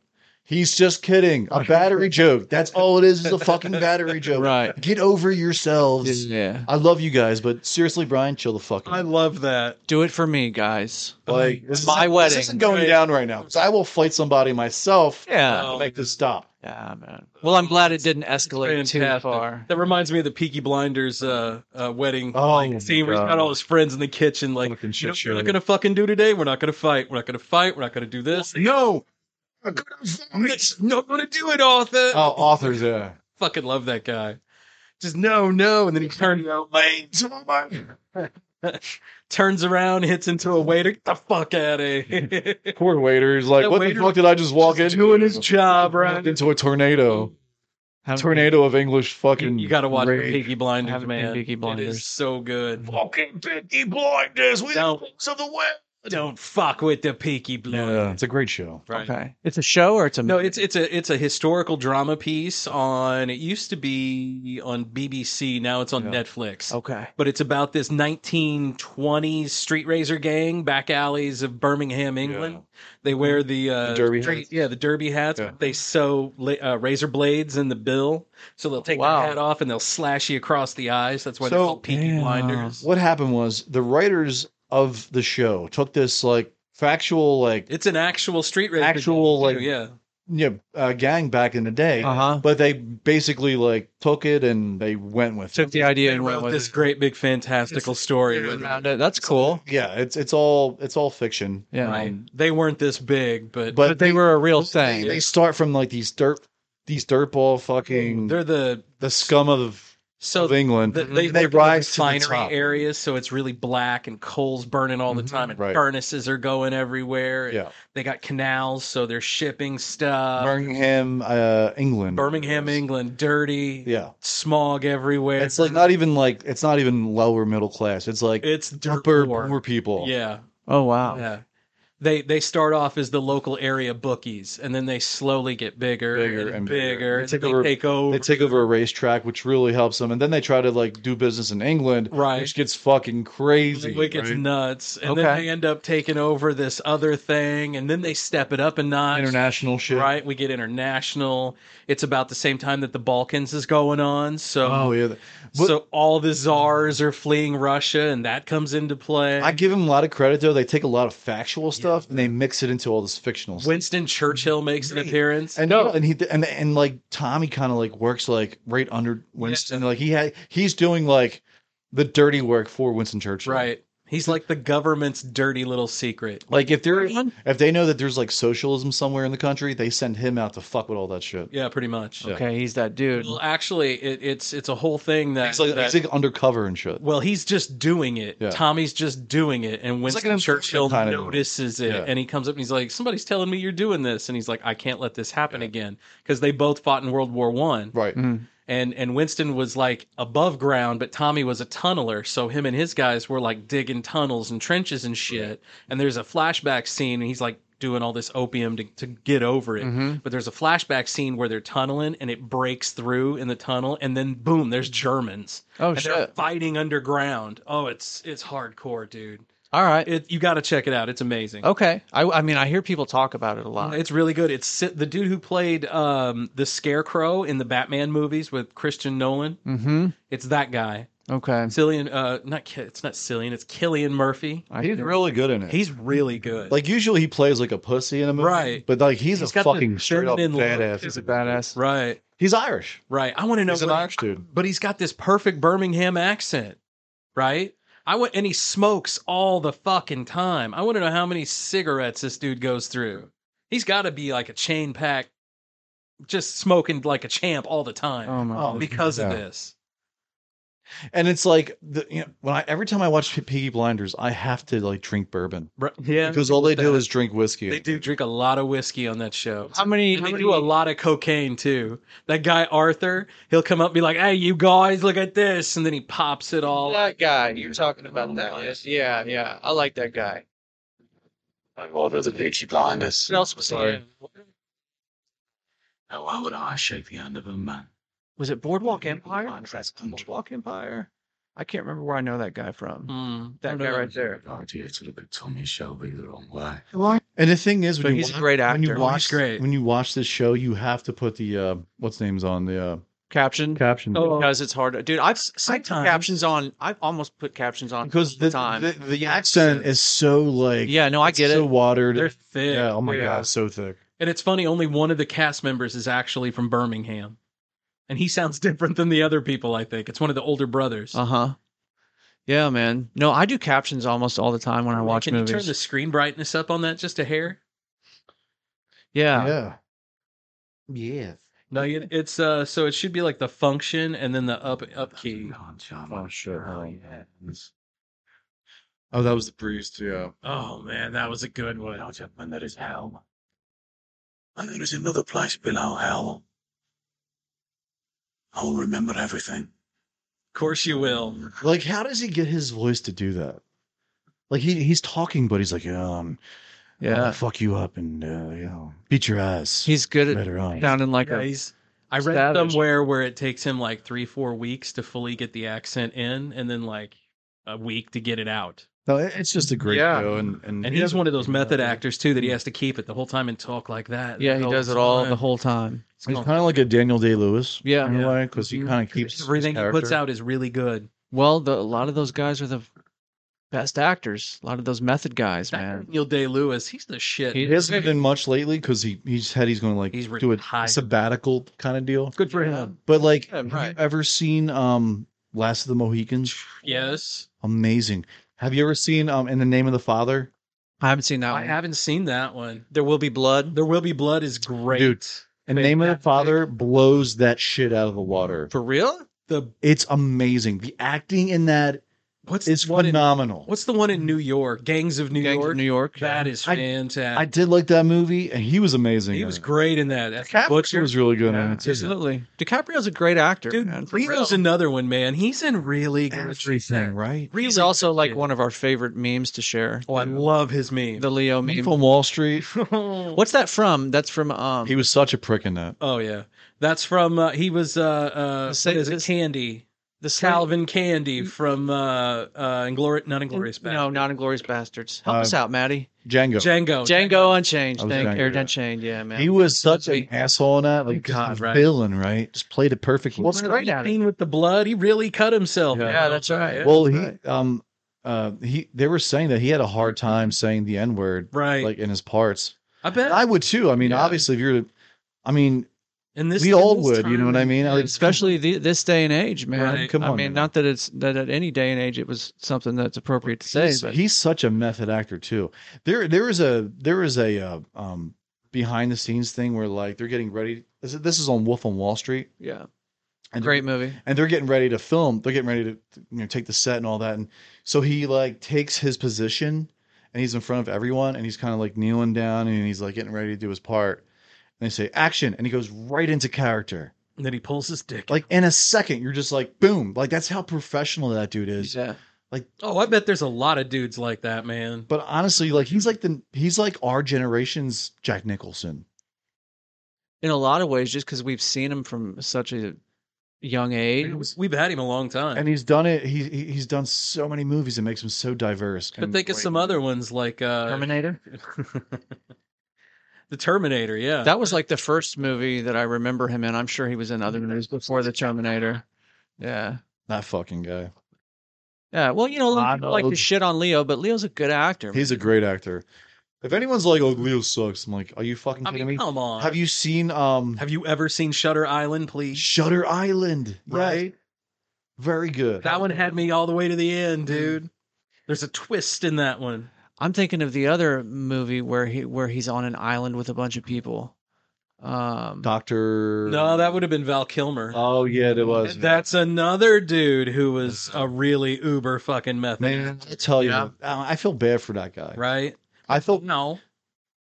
He's just kidding. A battery joke. That's all it is. Is a fucking battery joke. Right. Get over yourselves.
Yeah.
I love you guys, but seriously, Brian, chill the fuck out.
I love that.
Do it for me, guys.
Like this
my
isn't,
wedding.
This isn't going down right now because I will fight somebody myself.
Yeah.
To make this stop.
Yeah, man. Well, I'm glad it didn't escalate too far.
That reminds me of the Peaky Blinders uh, uh, wedding
Oh,
like, scene where he's
God.
got all his friends in the kitchen, like, you know what we're not going to fucking do today? We're not going to fight. We're not going to fight. We're not going to do this.
No.
I'm not going to do it, Arthur.
Oh, authors, yeah.
fucking love that guy. Just no, no. And then he turns out lame. Turns around, hits into a waiter. Get the fuck out of here.
Poor waiter. He's like,
That
what
waiter
the fuck did I just walk into?
Doing his job, right?
Walked Into a tornado. tornado of English fucking.
You got to watch
rage.
Peaky Blinders,
Haven't seen
man.
Peaky
It
Blinders.
is so good.
Fucking Peaky Blinders. We
don't,
of the web.
Don't fuck with the Peaky Blinders.
Yeah, it's a great show.
Okay. It's a show or it's a
No, it's it's a it's a historical drama piece on it used to be on BBC, now it's on Netflix.
Okay.
But it's about this 1920s street raiser gang back alleys of Birmingham, England. They wear the, uh,
derby
straight- yeah, the derby hats. but They sew la- uh, razor blades in the bill, so they'll take their hat off and they'll slash you across the eyes. That's why they're called Peaky Blinders.
What happened was the writers of the show took this like factual, like
It's an actual street race.
Actual, like-
yeah.
yeah, uh, gang back in the day, uh-huh. but they basically like took it and they went with took
the idea
and went
with this great big fantastical story. with it.
That's cool.
Yeah, it's it's all it's all fiction.
Yeah,
Right. they weren't this big, but
but, they,
were a real thing.
They, start from like these dirt, these dirtball fucking.
They're the
the scum of
so
of England.
Th-
Mm-hmm. they,
they
they
work in
rise to the
refinery
top. Mm-hmm.
areas, so it's really black and coal's burning all the time, and
Right.
furnaces are going everywhere. and
Yeah.
they got canals, so they're shipping stuff.
Birmingham, uh, England.
Birmingham, England, dirty.
Yeah.
smog everywhere.
It's like not even like it's not even lower middle class. It's like
It's dirt
upper
poor.
poor people.
yeah,
Oh wow.
yeah. they they start off as the local area bookies, and then they slowly get bigger, bigger and, bigger.
They take over,
take over.
They take over a racetrack, which really helps them, and then they try to like do business in England,
Right.
Which gets fucking crazy.
It gets
right?
nuts, and then
Okay.
they end up taking over this other thing, and then they step it up a notch.
International shit,
right? We get international. It's about the same time that the Balkans is going on, so
Oh, yeah.
so all the czars are fleeing Russia, and that comes into play.
I give them a lot of credit though. They take a lot of factual stuff and they mix it into all this fictional stuff.
Winston Churchill makes an appearance.
And no, and he and and like Tommy kind of like works like right under Winston. Like he had he's doing like the dirty work for Winston Churchill.
Right. He's like the government's dirty little secret.
Like if they're if they know that there's like socialism somewhere in the country, they send him out to fuck with all that shit.
Yeah, pretty much.
Okay, he's that dude.
Well, actually, it, it's it's a whole thing that,
He's like,
that-
he's like undercover and shit.
well, he's just doing it.
Yeah.
Tommy's just doing it, and
It's like
Winston
an
Churchill
kind of doing it.
notices it,
Yeah.
and he comes up and he's like, "Somebody's telling me you're doing this," and he's like, "I can't let this happen again," because they both fought in World War One,
right?
And and Winston was like above ground, but Tommy was a tunneler, so him and his guys were like digging tunnels and trenches and shit. And there's a flashback scene, and he's like doing all this opium to, to get over it.
Mm-hmm.
Mhm.
But there's a flashback scene where they're tunneling and it breaks through in the tunnel, and then boom, there's Germans.
Oh,
and They're
shit.
fighting underground. Oh, it's it's hardcore, dude.
All right.
It, you got to check it out. It's amazing.
Oh.
Okay. I, I mean, I hear people talk about it a lot.
It's really good. It's si- the dude who played um, the Scarecrow in the Batman movies with Christian Nolan.
Mm.
Mm-hmm.
It's that guy.
Okay.
Cillian, uh, not Ki- it's not Cillian, it's Killian Murphy.
He's really good in it.
He's really good.
Like usually he plays like a pussy in a movie,
Right.
But like he's,
He's
a
got the
fucking straight up
feminine look.
badass.
He's
He's
a
a badass,
right?
He's Irish,
right? I want to know.
He's an
what-
Irish dude.
but he's got this perfect Birmingham accent, right? I want, and he smokes all the fucking time. I want to know how many cigarettes this dude goes through. He's got to be like a chain pack, just smoking like a champ all the time.
Oh, my God.
because of
Yeah.
this.
And it's like the, you know when I every time I watch Pe- Peaky Blinders, I have to like drink bourbon.
Right. Yeah,
because all they do is drink whiskey.
They do drink a lot of whiskey on that show.
How many?
And they do a lot of cocaine too. That guy Arthur, he'll come up and be like, "Hey, you guys, look at this," and then he pops it all.
That guy you're talking about. That yes. Yeah. Yeah. I like that guy.
I've ordered the peachy blinders.
What else was there?
Now, why would I shake the hand of a man?
Was it Boardwalk Empire? Boardwalk Empire. I can't remember where I know that guy from. that guy right there.
idea to look at Tommy Shelby the wrong way.
And the thing is, when
But
you
he's a
watch,
great
When you
actor.
watch,
He's great.
When you watch this show, you have to put the uh, what's names on the uh,
caption. Oh.
Caption.
Because it's hard to, dude. I've I put captions on. I've almost put captions on
because the
time.
the, the accent is so like
yeah, no, I get
so
it.
watered.
They're thick.
Yeah. Oh my
Yeah.
god, so thick.
And it's funny, only one of the cast members is actually from Birmingham. And he sounds different than the other people, I think. It's one of the older brothers.
Uh huh. Yeah, man. No, I do captions almost all the time when I watch
Oh, Can
movies.
you turn the screen brightness up on that just a hair?
yeah.
Yeah. Yes.
No, you- it's uh so it should be like the function and then the up up key.
Oh shit. Oh, that was the bruised. Yeah.
Oh man, that was a good one.
And there is hell. And there is another place below hell. I will remember everything.
Of course you will.
Like, how does he get his voice to do that? Like he he's talking, but he's like, um, yeah, I'll fuck you up and uh, you know, beat your ass.
He's good at
later on.
sounding like
Yeah,
a.
he's- I read
Savage.
somewhere where it takes him like three, four weeks to fully get the accent in and then like a week to get it out.
No, it- it's just a great show, and and,
And he's one of those method actors too that he has to keep it the whole time and talk like that.
Yeah, he
the
does it
whole
all
time.
the whole time.
He's kind of like a Daniel Day Lewis.
Yeah. Yeah. Mm-hmm.
because he kind of keeps
Everything
his
he puts
character.
out is really good.
Well, the, a lot of those guys are the best actors. A lot of those method guys, man.
Neil Day Lewis, he's the shit.
He hasn't been much lately because he he said he's going to like do a sabbatical kind of deal.
Good for him.
But like,
Yeah,
have
right.
you ever seen um Last of the Mohicans?
Yes.
Amazing. Have you ever seen um In the Name of the Father?
I haven't seen that
I haven't seen that one.
There will be blood.
There will be blood is great.
Dude, In the Name of the Father blows that shit out of the water.
For real?
The
it's amazing. The acting in that
What's
it's phenomenal.
What's the one in New York? Gangs of New York. New York. That is fantastic.
I did like that movie, and he was amazing.
he
in
was
it.
great in that. That's
Butcher
Butcher
was really good in it. too.
Absolutely. DiCaprio's a great actor. Dude, Rio's another one, man. He's in really good everything,
right?
He's also like one of our favorite memes to share.
Oh, I love his meme.
The Leo meme.
from Wall Street.
What's that from? That's from um
He was such a prick in that.
Oh yeah, that's from uh, he was uh uh
Say
what is it
this-
Candy the Calvin Candy from uh uh Inglori- not Inglorious Bastards.
No, not Inglorious Bastards. Help
Uh,
us out, Maddie.
Django.
Django.
Django Unchained.
That was
Thank
Django,
Air
yeah.
Unchained. Yeah, man.
He was such an asshole in that. Like
God,
God,
right.
villain, right? Just played it perfectly.
What's great at it? with the blood? He really cut himself. Yeah,
that's right.
well, he um uh he they were saying that he had a hard time saying the N word,
right?
Like in his parts.
I bet
I would too. I mean, obviously, if you're, I mean,
and
this-
we
in
all
this
would. You know what I mean? Like,
especially the, this day and age, man.
Right. Come
I
on
mean, not that it's that at any day and age it was something that's appropriate to say,
he's,
but
he's such a method actor too. There, there is a there is a uh, um behind the scenes thing where like they're getting ready. This is, this is on Wolf on Wall Street.
yeah,
And
great movie.
and they're getting ready to film. They're getting ready to you know take the set and all that. And so he like takes his position and he's in front of everyone and he's kind of like kneeling down and he's like getting ready to do his part. And they say action, and he goes right into character.
And then he pulls his dick.
Like in a second, you're just like boom. Like that's how professional that dude is.
Yeah.
Like
Oh, I bet there's a lot of dudes like that, man.
but honestly, like he's like the he's like our generation's Jack Nicholson.
in a lot of ways, just because we've seen him from such a young age.
We've had him a long time.
And he's done it. He he- he's done so many movies. It makes him so diverse.
But
And
think of some other ones like uh
Terminator.
the Terminator, yeah.
Uh, That was like the first movie that I remember him in. I'm sure he was in other movies before the Terminator. Yeah.
that fucking guy.
Yeah. Well, you know, a lot of people like to
Arnold.
shit on Leo, but Leo's a good actor.
He's a great actor. If anyone's like, "Oh, Leo sucks," I'm like, "Are you fucking
I
kidding
mean,
me?"
come on.
Have you seen um
Have you ever seen Shutter Island, please?
Shutter Island? Right. Very good.
That one had me all the way to the end,
Mm.
dude. There's a twist in that one.
I'm thinking of the other movie where he where he's on an island with a bunch of people. Um,
Doctor.
No, that would have been Val Kilmer.
Oh yeah, it was.
That's another dude who was a really uber fucking method.
Man, I tell you, uh, I I feel bad for that guy.
Right?
I thought
no.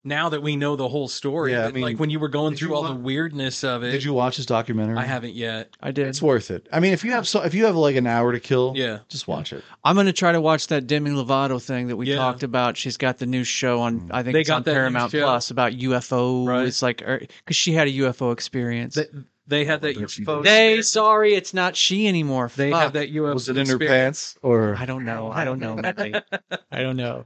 Now that we know the whole story,
Yeah, I
but,
mean,
like when you were going
did
through
you
all
wa-
the weirdness of it,
Did you watch his documentary?
I haven't yet.
I did.
It's worth it. I mean, if you have so, if you have like an hour to kill,
Yeah.
just watch it.
I'm gonna try to watch that Demi Lovato thing that we talked about. She's got the new show on. I think
They
it's
got
on
that new
Paramount
show.
Plus about UFO. It's like because she had a UFO experience. They,
They had that UFO.
sorry, it's not she anymore.
They
Fuck.
have that UFO.
Was it in her
experience.
pants or
I don't know. I don't know. Maddie. I don't know.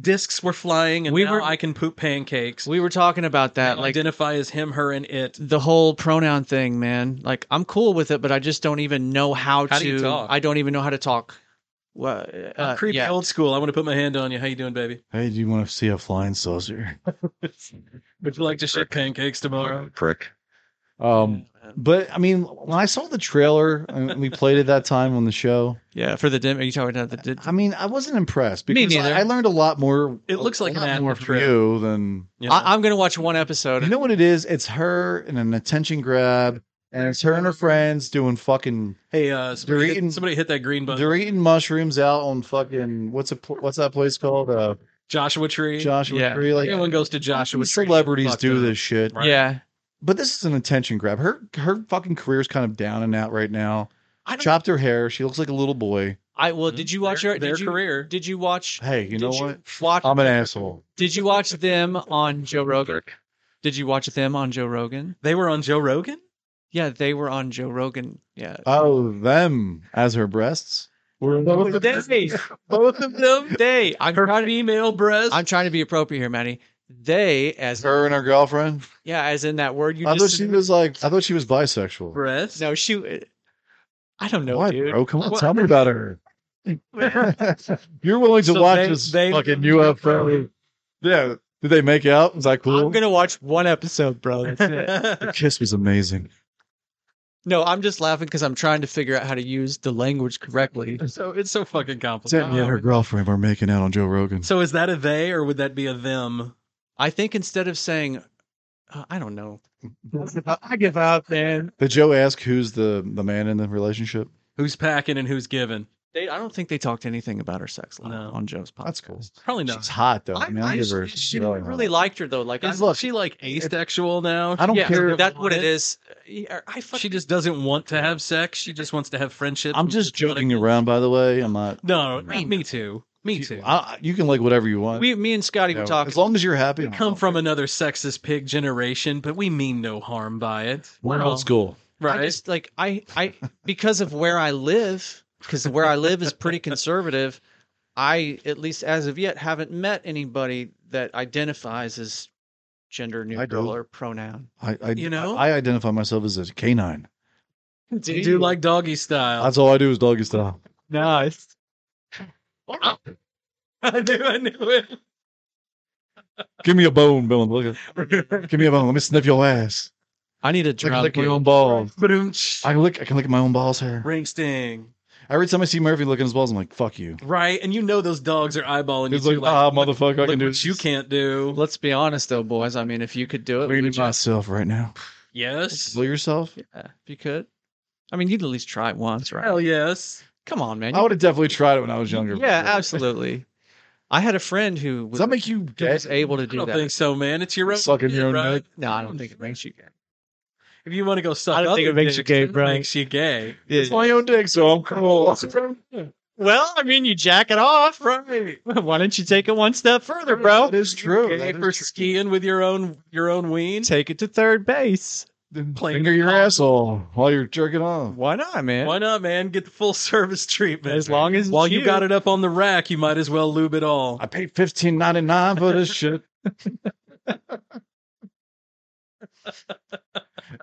Discs were flying, and
We
now
were-
I can poop pancakes.
We were talking about that. Like
identify as him, her, and it.
the whole pronoun thing, man. Like I'm cool with it, but I just don't even know how,
How
to.
do you talk?
I don't even know how to talk. Well, uh,
I'm creepy
yeah.
old school. I want to put my hand on you. How you doing, baby?
Hey, do you want to see a flying saucer?
Would you like to shit pancakes tomorrow?
Prick. Um, but I mean, when I saw the trailer, and we played it that time on the show.
Yeah, for the dim. Are you talking about the? Dim-
I mean, I wasn't impressed
Me
because
neither.
I, I learned a lot more.
It looks
a
like an
lot
ad
more
for
from
trip.
you than
I, I'm gonna watch one episode.
You know what it is? It's her and an attention grab, and it's her and her friends doing fucking.
Hey, uh, somebody,
eating-
hit, somebody hit that green button.
They're eating mushrooms out on fucking what's a pl- what's that place called? Uh,
Joshua Tree.
Joshua Tree. Like
everyone goes to Joshua Tree.
celebrities
Fuck
do
them.
this shit.
Right.
Yeah.
But this is an attention grab. Her her fucking career's kind of down and out right now. Chopped her hair. She looks like a little boy.
I well, did you watch their,
their
did you, career? Did you watch?
Hey, you
did
know what?
Watch,
I'm an asshole.
did you watch them on Joe Rogan? Did you watch them on Joe Rogan?
They were on Joe Rogan.
Yeah, they were on Joe Rogan. Yeah,
Oh, them as her breasts.
both of them. both of them. They. I'm her trying to,
female breast.
I'm trying to be appropriate here, Maddie. They as
Her and her girlfriend.
yeah, as in that word you
I thought
just
she was like. I thought she was bisexual.
breast.
No, she. I don't know,
Why,
dude.
bro? Come on,
What-
tell me about her. You're willing to
So
watch
they-
this
they-
fucking UFO? Yeah. Did they make out? Was that cool?
I'm gonna watch one episode, bro. That's it.
the kiss was amazing.
no, I'm just laughing because I'm trying to figure out how to use the language correctly.
So it's so fucking
Oh,
complicated.
Tammy and her girlfriend were making out on Joe Rogan.
So is that a they or would that be a them?
I think instead of saying, uh, I don't know. I give up, man.
Did Joe ask who's the the man in the relationship?
Who's packing and who's giving?
They, I don't think they talked anything about her sex life on Joe's podcast. That's cool.
Probably not.
She's hot though. I,
I,
mean, I,
I
give her.
just- she really liked her though. Like, I,
Is look, she like asexual now?
I don't care-
That's what it
is. I
she just doesn't want to have sex. She just wants to have friendship.
I'm just joking around, by the way. I'm not.
No, me, me too. Me too.
I, you can like whatever you want.
We, me and Scotty
No,
were talking.
As long as you're happy.
We come from another sexist pig generation, but we mean no harm by it.
We're old school.
right? I just like I I because of where I live, because where I live is pretty conservative. I at least as of yet haven't met anybody that identifies as gender neutral or pronoun.
I, I
You know?
I, identify myself as a canine.
Do you like doggy style?
That's all I do is doggy style.
Nice.
I knew, I knew it.
Give me a bone, Bill. Look at- Give me a bone. Let me sniff your ass.
I need a
I can
drum
lick my
kit.
own balls.
Ba-doom-tsh.
I can lick. I can lick my own balls hair.
Ring sting.
Every time I see Murphy licking his balls, I'm like, "Fuck you."
Right, and you know those dogs are eyeballing
He's like,
you. too,
"Ah, motherfucker, I can do."
you can't do.
Let's be honest though, boys. I mean, if you could do it, would you?
myself right now.
Yes.
Blow yourself.
Yeah, if you could. I mean, you'd at least try it once, right?
Hell yes.
Come on, man.
I would have definitely tried it when I was younger.
Yeah, absolutely. I had a friend who was,
that make you
who was able to do
I don't
that.
think so, man. It's your own
Sucking
dick,
your own
right?
neck? No, I don't think it makes you gay.
If you want to go suck,
I don't think
other
it makes you
dicks,
gay,
then it
Brian.
Makes you gay.
Yeah.
my own dick, so I'm cool.
Well, I mean, you jack it off, right? Why don't you take it one step further, bro?
That is true.
Gay for skiing with your own your own ween.
Take it to third base.
Finger your asshole while you're jerking off.
Why not, man?
Why not, man? Get the full service treatment.
As long as
while
it's
you.
you.
got it up on the rack, you might as well lube it all.
I paid fifteen ninety nine for this shit.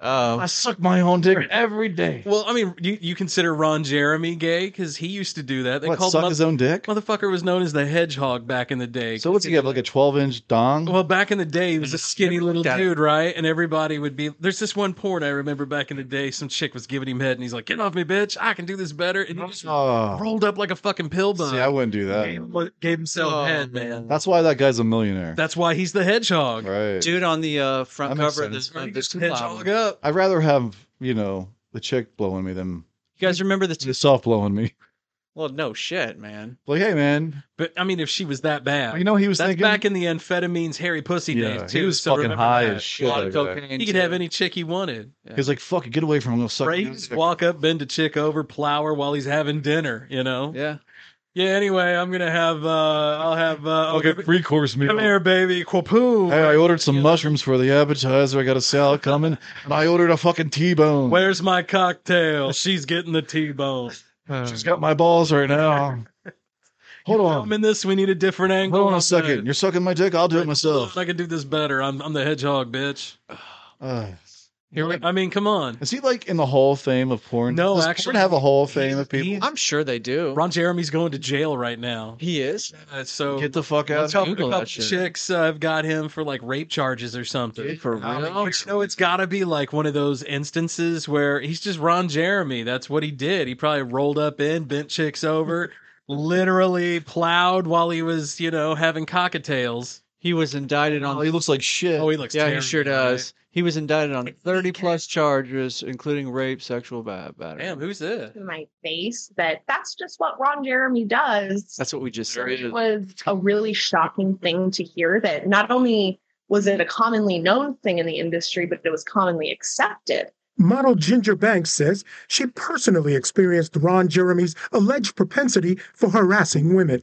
Oh,
I suck my own dick every day.
Well, I mean, you, you consider Ron Jeremy gay because he used to do that. They
What,
called
suck
him
his own dick?
Motherfucker was known as the hedgehog back in the day.
So what's he have like a twelve inch dong?
Well, back in the day, he was a
Mm-hmm.
skinny little
at it.
dude, right? And everybody would be. There's this one porn I remember back in the day. Some chick was giving him head, and he's like, "Get off me, bitch! I can do this better." And he just
Oh.
rolled up like a fucking pill bug.
See, I wouldn't do that.
Gave, gave himself head, man.
That's why that guy's a millionaire.
That's why he's the hedgehog.
Right.
Dude on the uh, front
That makes
cover of this,
sense.
of this
hedgehog
album.
up.
I'd rather have you know the chick blowing me than
You guys remember the
the soft blowing me.
Well, no shit, man.
Like, hey man,
But I mean, if she was that bad,
you know he was
That's
thinking-
back in the amphetamines, hairy pussy
Yeah,
days.
he
too,
was
so
fucking
remember
high
that.
as shit
A lot of
back then.
cocaine. He could have any chick he wanted.
he's like, fuck it, get away from him. I'll suck your
Right? Just walk up, bend a chick over, plow her while he's having dinner. You know?
Yeah.
Yeah. Anyway, I'm gonna have. uh I'll have. uh
I'll get three course meal.
Come here, baby. Quapoon.
Hey, I ordered some mushrooms for the appetizer. I got a salad coming, and I ordered a fucking T-bone.
Where's my cocktail? She's getting the T-bone.
She's got my balls right now. Hold on.
I'm in this. We need a different angle.
Hold on a
on
second. You're sucking my dick. I'll do it myself.
this. I can do this better. I'm. I'm the hedgehog, bitch.
Uh,
I mean, come on.
is he like in the Hall of Fame of porn?
No,
Does
actually,
porn have a Hall of Fame of people.
I'm sure they do.
Ron Jeremy's going to jail right now.
He is.
Uh, so
Get the fuck out.
a couple,
Google
a
that
couple
shit.
chicks uh, have got him for like rape charges or something.
For real?
I mean, But you know, it's got to be like one of those instances where he's just Ron Jeremy. That's what he did. He probably rolled up in, bent chicks over, literally plowed while he was, you know, having cocktails.
He was indicted on.
Oh, he looks like shit.
Oh, he looks
yeah,
terrible,
he sure does. He was indicted on 30 plus charges, including rape, sexual ba- battery.
Damn, who's this?
in my face that that's just what Ron Jeremy does.
That's what we just said.
It was a really shocking thing to hear that not only was it a commonly known thing in the industry, but it was commonly accepted.
Model Ginger Banks says she personally experienced Ron Jeremy's alleged propensity for harassing women.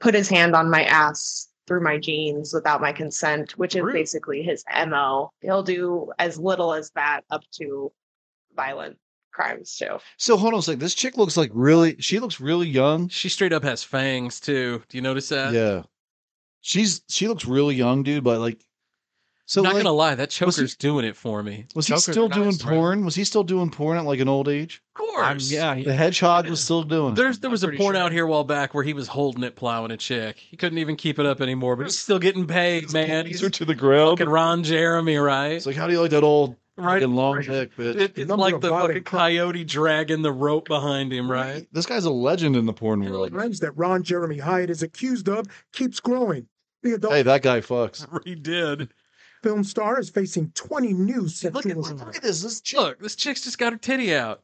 Put his hand on my ass through my jeans without my consent, which is basically his MO. He'll do as little as that up to violent crimes too.
So hold on a second. This chick looks like really. She looks really young.
She straight up has fangs too. Do you notice that?
Yeah. She's she looks really young, dude. But like, so
I'm not
like,
gonna lie, that
was he-
choker's doing it for me.
Was he still doing porn? Was he still doing porn at like an old age?
Of course. yeah.
The hedgehog was still doing. it.
There's there was a porn out here a while back where he was holding it plowing a chick. He couldn't even keep it up anymore, but he's still getting paid, man. He's
to the ground.
Fucking Ron Jeremy, right? It's
like how do you like that old
right
fucking long dick bitch?
It- it's like the fucking coyote dragging the rope behind him, right?
This guy's a legend in the porn world.
Crimes that Ron Jeremy Hyatt is accused of keeps growing. The adult
Hey, that guy fucks.
He did.
film star is facing 20 new sexual
Look at this. This chick.
Look, this chick's just got her titty out.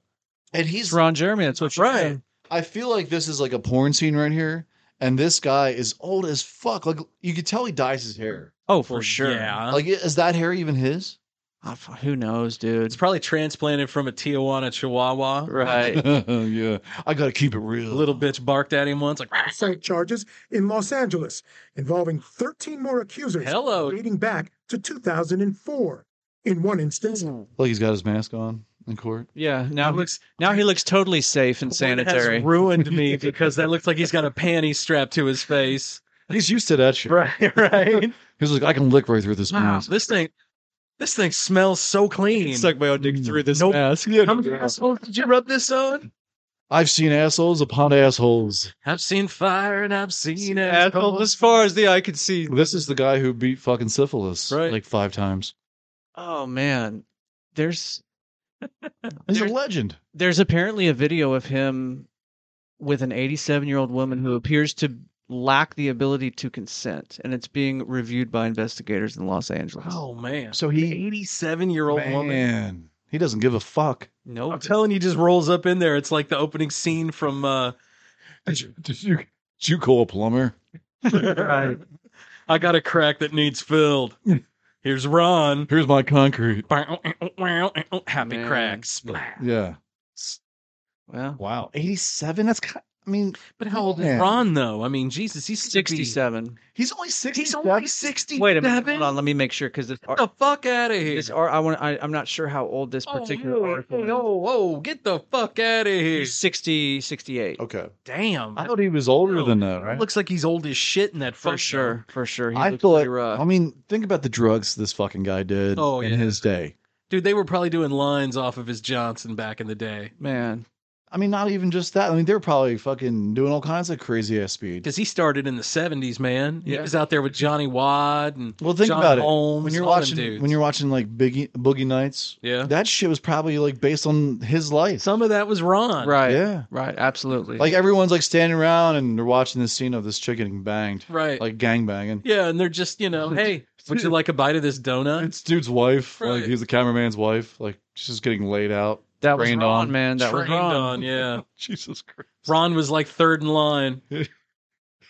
And
It's
he's
Ron Jeremy. That's what
Right.
I feel like this is like a porn scene right here, and this guy is old as fuck. Like you could tell he dyes his hair.
Oh, for sure.
yeah.
Like is that hair even his?
Who knows, dude?
It's probably transplanted from a Tijuana Chihuahua.
Right.
yeah. I gotta keep it real.
Little bitch barked at him once, like
Site charges in Los Angeles involving 13 more accusers
Hello.
dating back to 2004. In one instance,
Like he's got his mask on in court.
Yeah. Now he looks. Now he looks totally safe and sanitary.
has ruined me because that looks like he's got a panty strapped to his face.
He's used to that shit. Right,
right.
He's like, I can lick right through this
Wow,
mask.
this thing, this thing smells so clean.
Suck my own dick through this mask.
How many assholes did you rub this on?
I've seen assholes upon assholes.
I've seen fire and I've seen
asshole
assholes.
as far as the eye could see.
This is the guy who beat fucking syphilis like five times.
Oh man, there's
He's a legend.
there's apparently a video of him with an 87 year old woman who appears to lack the ability to consent, and it's being reviewed by investigators in Los Angeles.
Oh man.
So he
87 year old woman.
Man, he doesn't give a fuck.
No,
I'm telling you, just rolls up in there. It's like the opening scene from uh
Did you, did you, did you call a plumber?
I got a crack that needs filled. Here's Ron.
Here's my concrete.
Happy
Man.
cracks. Splat.
Yeah.
Well,
wow, 87. That's kind. I mean,
but how old
man.
is Ron though? I mean, Jesus, he's
67.
He's only 60.
He's only 67.
Wait a minute. Hold on. Let me make sure because
Get the fuck out of here.
this ar- I want. I, I'm not sure how old this particular
oh,
article. is.
No, whoa, get the fuck out of here.
He's 60, 68.
Okay.
Damn.
I thought he was older than that, right?
Looks like he's old as shit in that photo.
For sure. For sure. He
I
looks
feel
pretty
like.
rough.
I mean, think about the drugs this fucking guy did
Oh,
in
yeah.
his day.
Dude, they were probably doing lines off of his Johnson back in the day.
Man.
I mean, not even just that. I mean, they're probably fucking doing all kinds of crazy ass speed.
Because he started in the 70s, man. He
Yeah.
was out there with Johnny Wad and
Well, think
John
about
Holmes.
it. When you're
all them
watching,
dudes.
when you're watching like Biggie Boogie Nights,
Yeah.
that shit was probably like based on his life.
Some of that was Ron.
Right.
Yeah.
Right. Absolutely.
Like everyone's like standing around and they're watching this scene of this chick getting banged,
Right.
Like gang banging.
Yeah, and they're just, you know, hey, would you like a bite of this donut?
It's dude's wife,
Right.
like he's the cameraman's wife, like she's just getting laid out.
that was
trained
Ron,
on.
man. That was
Trained
Ron.
on, yeah.
Jesus Christ.
Ron was like third in line.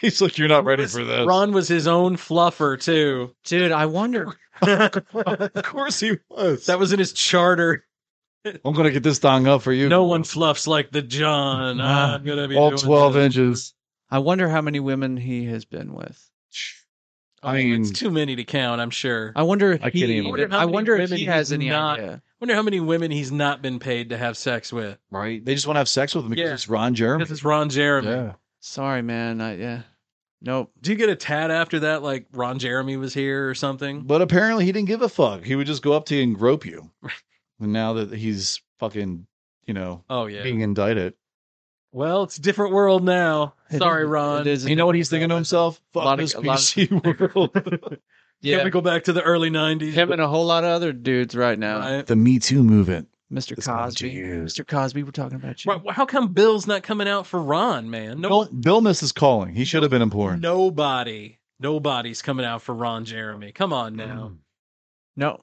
He's like, you're not ready for this.
Ron was his own fluffer too.
Dude, I wonder.
Of course he was.
That was in his charter.
I'm gonna get this dong up for you.
No one fluffs like the John. Ah, I'm gonna be
all
doing
twelve
this.
inches.
I wonder how many women he has been with.
I mean,
It's too many to count, I'm sure. I
I wonder if
I
he.
can't even-
I
I
wonder,
wonder how many
if
women
he has
he's
any
not-
idea.
wonder how many women he's not been paid to have sex with.
right? They just want to have sex with him because
Yeah.
it's Ron Jeremy.
This is Ron Jeremy.
Yeah.
Sorry, man. I, yeah. Nope.
Do you get a tat after that, like Ron Jeremy was here or something?
But apparently he didn't give a fuck. He would just go up to you and grope you. and now that he's fucking, you know,
Oh yeah.
being indicted,
Well, it's a different world now. Sorry, Ron.
It is
you know what he's thinking to himself? Fuck
lot of-
this
a lot of-
PC world.
Can
Yeah.
we go back to the early '90s?
Him and a whole lot of other dudes right now.
Right.
the Me Too movement.
Mr.
It's not what
Cosby.
you use.
Mr. Cosby, we're talking about you.
Why- why- How come Bill's not coming out for Ron, man? No,
Bill, Bill Miss is calling. He should have been in porn.
nobody, nobody's coming out for Ron Jeremy. Come on
Mm.
now.
No.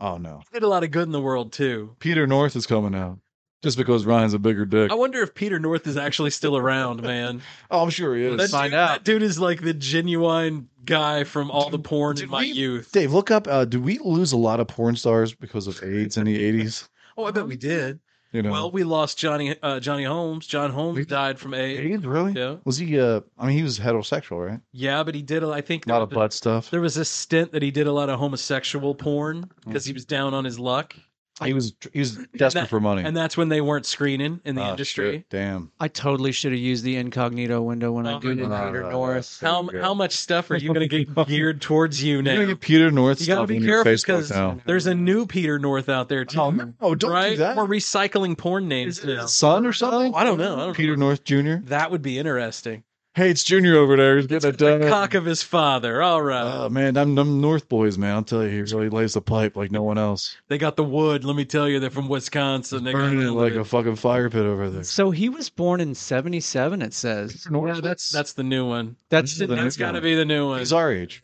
Oh no.
Did a lot of good in the world too.
Peter North is coming out. Just because Ryan's a bigger dick.
I
Oh.
wonder if Peter North is actually still around, man.
Oh, I'm sure he is.
That
find
dude,
out.
that dude is like the genuine guy from all the porn in my youth.
Dave, look up. Uh, do we lose a lot of porn stars because of AIDS in the 80s?
Oh, I bet we did.
You know,
Well, we lost Johnny uh, Johnny Holmes. John Holmes
We-
died from AIDS.
AIDS really?
Yeah.
Was he? Uh, I mean, he was heterosexual, right?
Yeah, but he did. a- I think
A lot of butt stuff.
There was a stint that he did a lot of homosexual porn because
Mm-hmm.
he was down on his luck,
He was. He was desperate
that-
for money.
and that's when they weren't screening in the
Ah,
industry.
shit, Damn.
I totally should have used the incognito window when I
Oh,
googled
no,
Peter
no, no.
North.
How
Yeah.
how much stuff are you going to get geared towards you
You're
now?
gonna get Peter North
You got to
stuff
be
in your
careful
Facebook
because
now.
there's a new Peter North out there too.
Oh no! Don't
right?
do that.
We're recycling porn names now.
Son or something?
I don't know. I don't
Peter North Jr.
That would be interesting.
Hey, it's Junior over there. He's getting it done.
The cock of his father. All right.
Oh man, I'm them North boys, man. I'll tell you, he really lays the pipe like no one else.
they got the wood. Let me tell you, they're from Wisconsin. They got
Burning it
all
like
of
a fucking fire pit over there.
So he was born in 77, it says.
it. that's that's the new one.
That's
the
That's
new
got to
one.
be the new one.
He's our age.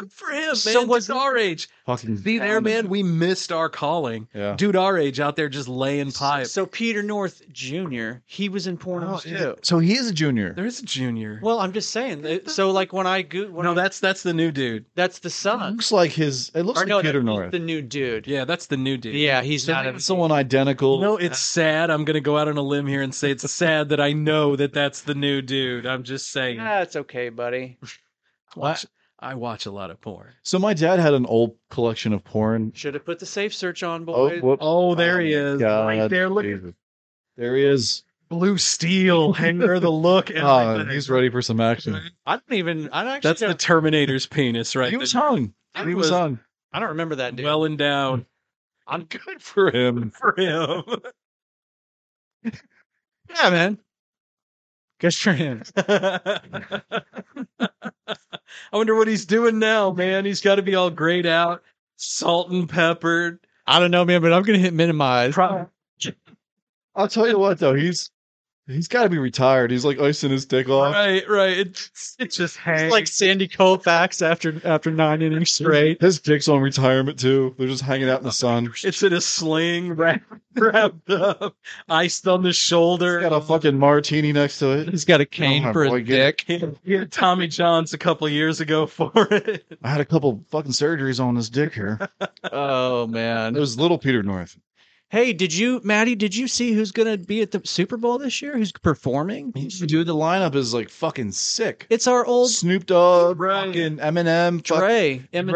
Good for him, man.
So
Dude
was-
our age.
Fucking
See there, man. We missed our calling.
Yeah.
Dude our age out there just laying pipe.
So Peter North Jr. He was in
oh,
Pornhub too.
Oh, So he is a junior.
There is a junior.
Well, I'm just saying. that- So like when I go, when
No,
I-
that's that's the new dude.
that's the son.
Looks like his. It looks
Or
like
no,
Peter
that-
North.
the new dude.
Yeah, that's the new dude.
Yeah, he's not. a-
Someone identical.
No, it's sad. I'm gonna go out on a limb here and say it's sad that I know that that's the new dude. I'm just saying.
Ah, it's okay, buddy.
Watch, I watch a lot of porn.
So my dad had an old collection of porn.
Should have put the safe search on,
Oh,
boy.
whoop.
Oh, there he is.
God,
right there. Look
Jesus. There he is.
Blue steel. Hanger the look.
Ah, he's ready for some action.
I don't even. I don't actually.
That's the
don't-
Terminator's penis, right?
He was
there.
hung. He was hung.
I don't remember that dude.
Well and down
I'm
good for him.
for him.
Yeah, man. Good for him.
I wonder what he's doing now, man. He's got to be all grayed out, salt and peppered.
I don't know, man, but I'm gonna hit minimize.
I'll tell you what though, he's he's got to be retired. He's like icing his dick off.
Right, right. It's it just hangs.
like Sandy Koufax after after nine innings straight.
His dick's on retirement too. They're just hanging out in the sun.
it's in a sling wrapped, wrapped up, iced on the shoulder.
Got a fucking martini next to it.
He's got a cane
Oh,
for a
boy, get-
dick.
He had Tommy John's a couple years ago for it.
I had a couple fucking surgeries on this dick here.
Oh man.
It was little Peter North.
Hey, did you, Maddie? Did you see who's gonna be at the Super Bowl this year? Who's performing?
Dude, the lineup is like fucking sick.
It's our old
Snoop Dogg, fucking Eminem, fuck-
Dre, Eminem,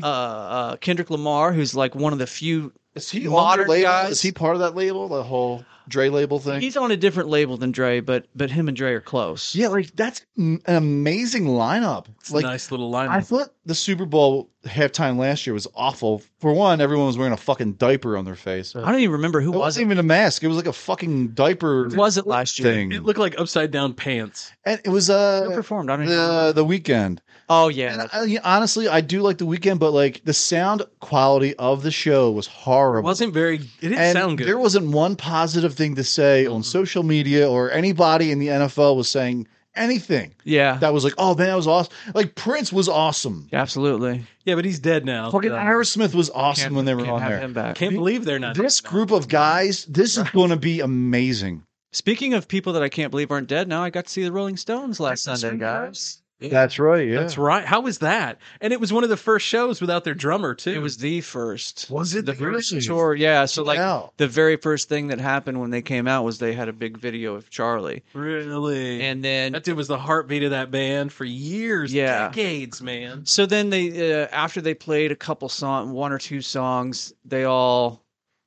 Dre.
Uh, uh, Kendrick Lamar, who's like one of the few.
Is he on
Modern
their label?
guys.
Is he part of that label? The whole Dre label thing?
He's on a different label than Dre, but but him and Dre are close.
yeah, like that's an amazing lineup.
It's
like
a nice little lineup.
I thought the Super Bowl halftime last year was awful. For one, everyone was wearing a fucking diaper on their face.
I don't even remember who
it
was
wasn't
it.
even a mask. It was like a fucking diaper
Who was it last year?
thing.
it looked like upside down pants.
and it was
Who
uh
performed? I don't. Even
the the weekend.
oh yeah,
And
that's-
I, yeah, honestly, I do like the weekend, but like the sound quality of the show was
It
horrible.
wasn't very. It didn't
and
sound good.
There wasn't one positive thing to say on social media or anybody in the NFL was saying anything
yeah,
that was like, "Oh man, that was awesome." Like Prince was awesome.
absolutely.
yeah, but he's dead now.
Fucking
Yeah.
Aerosmith was awesome
Can't-
when they were
can't
on
have
there.
him back.
Can't believe they're not.
This
dead now.
group of guys, this is going to be amazing.
Speaking of people that I can't believe aren't dead, now I got to see the Rolling Stones last Sunday, guys.
That's right. Yeah.
That's right. How was that? And it was one of the first shows without their drummer too.
It was the first.
Was it
the first
really?
tour? Yeah. So like
Wow.
the very first thing that happened when they came out was they had a big video of Charlie,
really.
and then
that dude was the heartbeat of that band for years,
Yeah.
decades, man.
So then they, uh, after they played a couple song, one or two songs, they all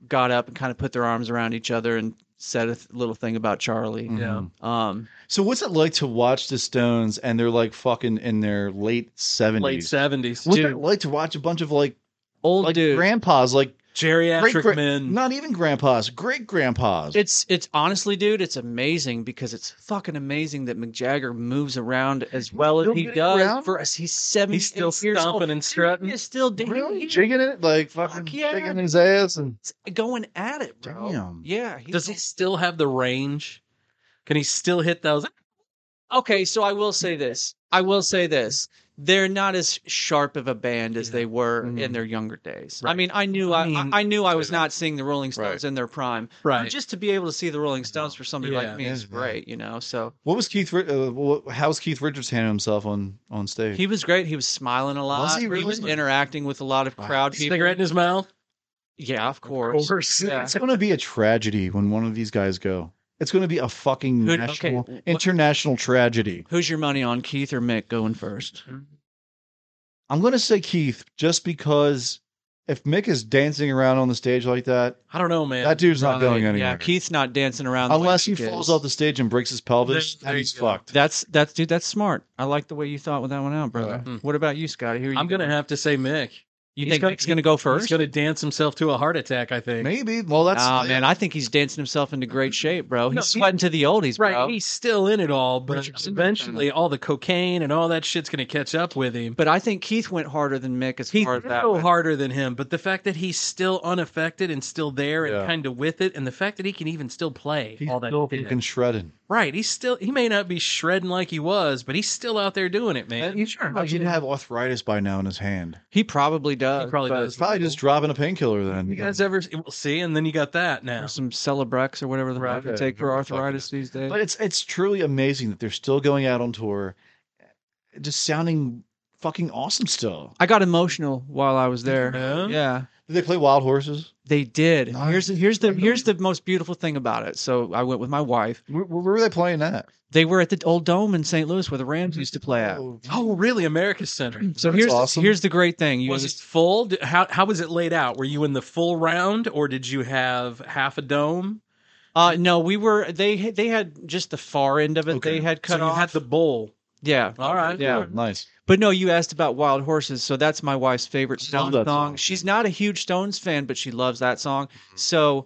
got up and kind of put their arms around each other and said a th- little thing about Charlie.
Mm-hmm.
Yeah.
Um,
So what's it like to watch the Stones and they're like fucking in their late
Late
seventies?
seventies,
What's it
Dude.
like to watch a bunch of like
old
like
dude.
grandpas, like
geriatric
gra-
men.
not even grandpas, great grandpas.
it's it's honestly, dude, it's amazing because it's fucking amazing that Mick Jagger moves around as well as
still
he
getting
does
around?
for us. He's seventy.
He's still
years old.
stomping and
Dude,
strutting.
He's still doing.
really
He's
jigging it, like fucking
Fuck yeah.
jigging his ass, and
going at it, bro.
Damn.
Yeah. he's
Does he still have the range? Can he still hit those?
okay, so I will say this. I will say this. They're not as sharp of a band as they were in their younger days. I
Mm-hmm. Right.
mean, I knew
I
I, I,
mean-
I knew I was not seeing the Rolling Stones
Right.
in their prime. But
Right.
Just to be able to see the Rolling Stones for somebody
Yeah.
like me is
Yeah.
great, you know. So
what was Keith? Ri- Uh, what, how was Keith Richards handling himself on on stage?
he was great. He was smiling a lot.
Was he
was
really?
interacting with a lot of
Wow.
crowd people.
Cigarette in his mouth.
Yeah, of course. Yeah.
it's going to be a tragedy when one of these guys go. It's going to be a fucking
Who- okay,
national,
wh-
international tragedy.
Who's your money on, Keith or Mick going first?
I'm going to say Keith just because if Mick is dancing around on the stage like that,
I don't know, man.
that dude's not going
Right,
anywhere.
Uh, Yeah, Keith's not dancing around the way
Unless he
Mick
falls
is.
off the stage and breaks his pelvis,
There- there
then he's
you go.
fucked.
That's that's dude. That's smart. I like the way you thought with that one out, brother.
Hmm.
What about you, Scotty? Who are you
I'm gonna have to say Mick.
You
He's
think
gonna-
Mick's gonna go
He's
first?
gonna dance himself to a heart attack. I think.
Maybe. Well, that's
Ah, man, I think he's dancing himself into great shape, bro. He's
No, he-
sweating to the oldies,
Right,
bro.
he's still in it all, but
Richardson.
eventually all the cocaine and all that shit's gonna catch up with him.
But I think Keith went harder than Mick as
He's
far as that.
no
went.
harder than him, but the fact that he's still unaffected and still there and
Yeah.
kind of with it, and the fact that he can even still play
he's
all that
still
shit.
fucking shredded.
Right. He's still he may not be shredding like he was, but he's still out there doing it, man.
You sure? He should have arthritis by now in his hand.
He probably does.
He probably
but
does.
It's probably just dropping a painkiller then.
You guys ever see? And then you got that now.
Some Celebrex or whatever the fuck you
Right.
take for
Whatever the fuck it
arthritis these days.
But it's it's truly amazing that they're still going out on tour, just sounding fucking awesome still.
I got emotional while I was there.
Yeah?
Did
they play Wild Horses?
They did. And Here's here's the here's the most beautiful thing about it. So I went with my wife.
Where, where were they playing that?
They were at the old dome in St. Louis where the Rams used to play at.
Mm-hmm. Oh, really? America's Center.
So here's here's the great thing. You
was
just-
it full? Did- How how was it laid out? Were you in the full round, or did you have half a dome?
uh no, we were they they had just the far end of it. They had cut
So you
off.
had the bowl.
yeah.
All right.
Yeah.
Nice.
But no, you asked about Wild Horses, so that's my wife's favorite Stones song.
that
She's not a huge Stones fan, but she loves that song.
Mm-hmm.
So,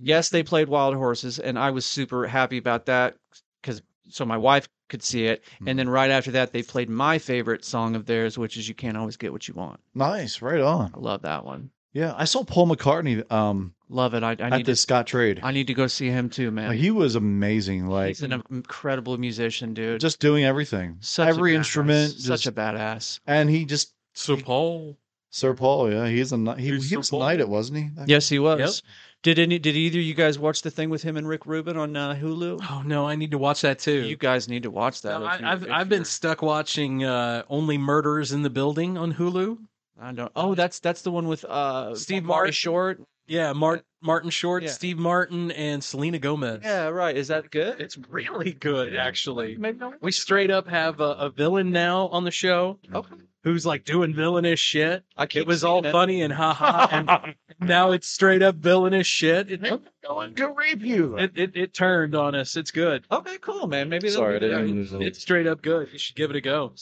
yes, they played Wild Horses, and I was super happy about that because so my wife could see it.
Mm-hmm.
And then right after that, they played my favorite song of theirs, which is "You Can't Always Get What You Want."
Nice, right on.
I love that one.
Yeah, I saw Paul McCartney. Um,
love it. I, I
at
need
the
to
Scott Trade.
I need to go see him too, man.
He was amazing. Like
He's an incredible musician, dude.
just doing everything,
Such a
every
badass.
instrument,
Such
just-
a badass.
and he just
Sir Paul.
Sir Paul, yeah, he's a kni- he, he was knighted, wasn't he?
Yes, he was. Did any? Did either of you guys watch the thing with him and Rick Rubin on uh, Hulu?
Oh no, I need to watch that too.
You guys need to watch that.
No,
if
I,
you-
I've
if
I've been stuck watching uh, Only Murders in the Building on Hulu.
I don't. Oh, that's that's the one with uh,
Steve
Marty
Martin.
Short.
Yeah, Mart, Martin Short,
Yeah.
Steve Martin, and Selena Gomez.
Yeah, right. Is that good?
It's really good, actually. We straight up have a, a villain now on the show.
Okay.
Who's like doing villainous shit?
I
it was all funny and ha ha, and now it's straight up villainous shit. It,
going to rape you.
It, it it turned on us. It's good.
Okay, cool, man. Maybe that'll
Sorry,
be
I didn't
good.
mean to-
It's straight up good. You should give it a go.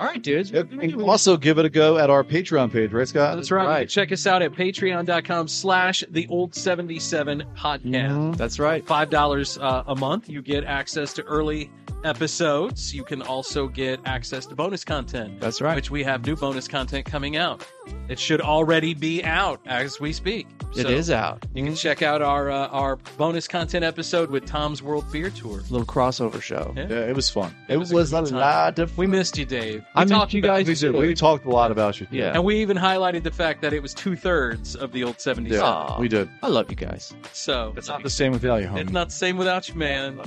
All right, dudes.
And also, give it a go at our Patreon page, right, Scott?
That's right. You can Check us out at patreon.com slash the old 77 podcast.
Mm-hmm. That's right.
$5 uh, a month. You get access to early episodes. You can also get access to bonus content.
That's right.
Which we have new bonus content coming out. It should already be out as we speak.
It is out.
You can check out our uh, our bonus content episode with Tom's World Beer Tour.
Little crossover show.
Yeah.
it was fun.
It was a
a
good time.
lot of
We missed you, Dave.
I
We
missed
talked
you
about-
guys We did. too. We talked a lot about you.
Yeah.
And we even highlighted the fact that it was two thirds of the old 70s.
Yeah, we did.
I love you guys.
So
It's not the same without you,
It's
homie.
not the same without you, man.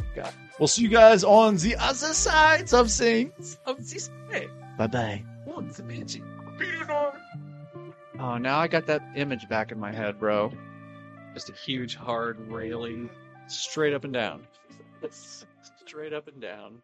We'll see you guys on the other side of things.
Oh, this hey,
Bye bye.
what's the magic?
Oh, now I got that image back in my head, bro.
Just a huge hard railing.
Straight up and down. Straight up and down.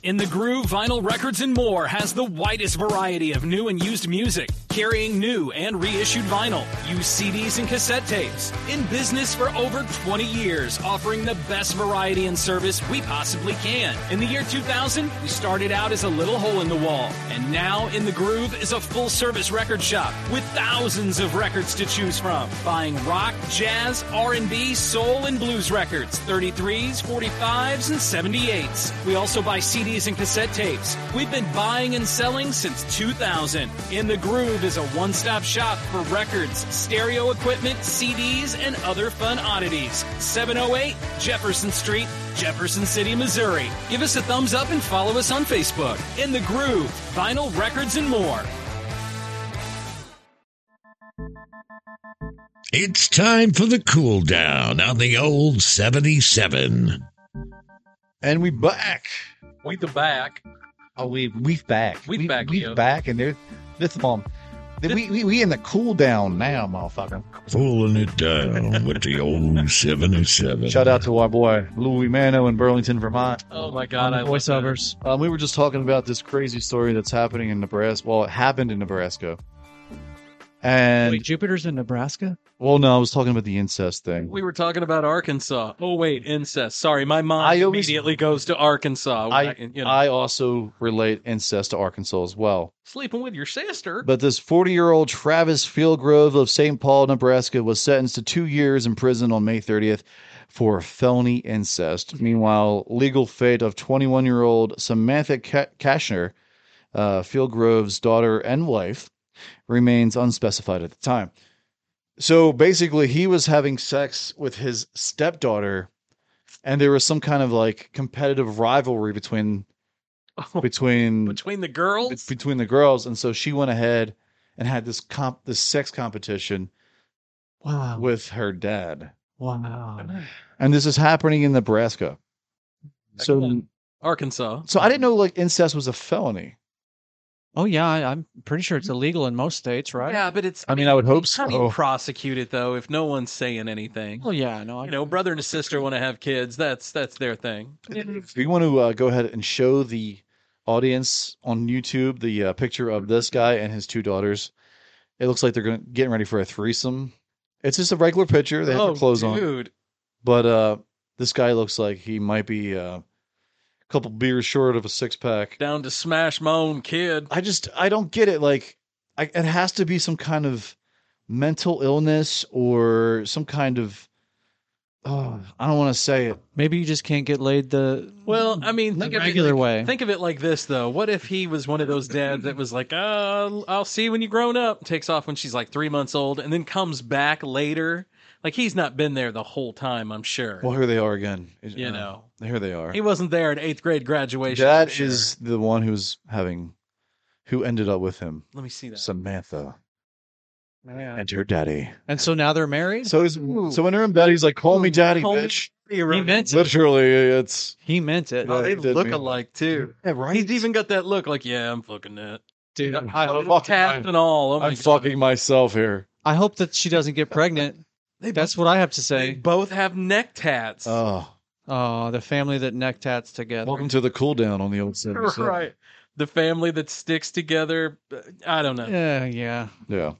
In the Groove Vinyl Records and More has the widest variety of new and used music, carrying new and reissued vinyl, used CDs and cassette tapes. In business for over 20 years, offering the best variety and service we possibly can. In the year 2000, we started out as a little hole in the wall, and now In the Groove is a full service record shop with thousands of records to choose from, buying rock, jazz, R&B, soul and blues records, 33s, 45s and 78s. We also buy CDs and cassette tapes. We've been buying and selling since 2000. In the Groove is a one-stop shop for records, stereo equipment, CDs and other fun oddities. 708 Jefferson Street, Jefferson City, Missouri. Give us a thumbs up and follow us on Facebook. In the Groove, vinyl records and more.
It's time for the cool down on the old 77.
And we back.
We the back.
Oh, we we back.
We back,
We
yo.
back, and they're this mom. We, we we in the cool down now, motherfucker.
Pulling it down with the old 77.
Shout out to our boy Louis Mano in Burlington, Vermont.
Oh my God, I love that.
voiceovers. Um, we were just talking about this crazy story that's happening in Nebraska. Well, it happened in Nebraska. And
Wait, Jupiter's in Nebraska?
well, no, I was talking about the incest thing.
We were talking about Arkansas. Oh wait, incest. Sorry, my mind immediately goes to Arkansas.
I
you know,
I also relate incest to Arkansas as well.
sleeping with your sister.
But this 40 year old Travis Fieldgrove of St. Paul, Nebraska, was sentenced to two years in prison on May 30th for felony incest. Meanwhile, legal fate of 21 year old Samantha Ka- Kashner, uh, Fieldgrove's daughter and wife, remains unspecified at the time. So basically, he was having sex with his stepdaughter and there was some kind of like competitive rivalry between between
between the girls
between the girls, and so she went ahead and had this comp this sex competition
Wow.
with her dad,
Wow.
and this is happening in Nebraska. So
Arkansas.
so I didn't know like incest was a felony.
Oh yeah, I, I'm pretty sure it's illegal in most states, right?
Yeah, but it's.
I mean, I would hope
How do you prosecute it though if no one's saying anything?
Well, yeah, no, I
you know, brother and sister want to have kids. That's that's their thing.
If you want to uh, go ahead and show the audience on YouTube the uh, picture of this guy and his two daughters, it looks like they're going getting ready for a threesome. It's just a regular picture. They have
Oh,
their clothes on,
dude.
but uh, this guy looks like he might be uh, a couple beers short of a six pack.
Down to smash my own kid.
I just I don't get it. Like, I, it has to be some kind of mental illness or some kind of. Oh, I don't want to say it.
Maybe you just can't get laid the
Well, I mean,
The
think of
regular
it like,
way.
Think of it like this, though. What if he was one of those dads that was like, "Uh, I'll see you when you grown up," takes off when she's like three months old, and then comes back later. Like he's not been there the whole time. I'm sure.
Well, here they are again. uh,
You know.
here they are.
he wasn't there at eighth grade graduation.
That
I'm
is
sure.
the one who's having, who ended up with him.
Let me see that.
Samantha
Yeah.
and her daddy.
And so now they're married.
So he's, so when they're in bed, he's like, "Call me daddy,
Call me
bitch."
He meant it.
Literally, it's
He meant it.
Yeah,
Oh, they
he did
look
mean-
alike too.
Yeah, right.
He's even got that look. Like, yeah, I'm fucking that.
Dude,
I
hope tapped and all. Oh my
I'm fucking myself here.
I hope that she doesn't get pregnant. That's what I have to say.
both have neck tats.
Oh,
oh, the family that neck tats together.
Welcome to the cool down on the old
God.
77.
right. The family that sticks together. uh, I don't know.
Yeah, yeah.
Yeah.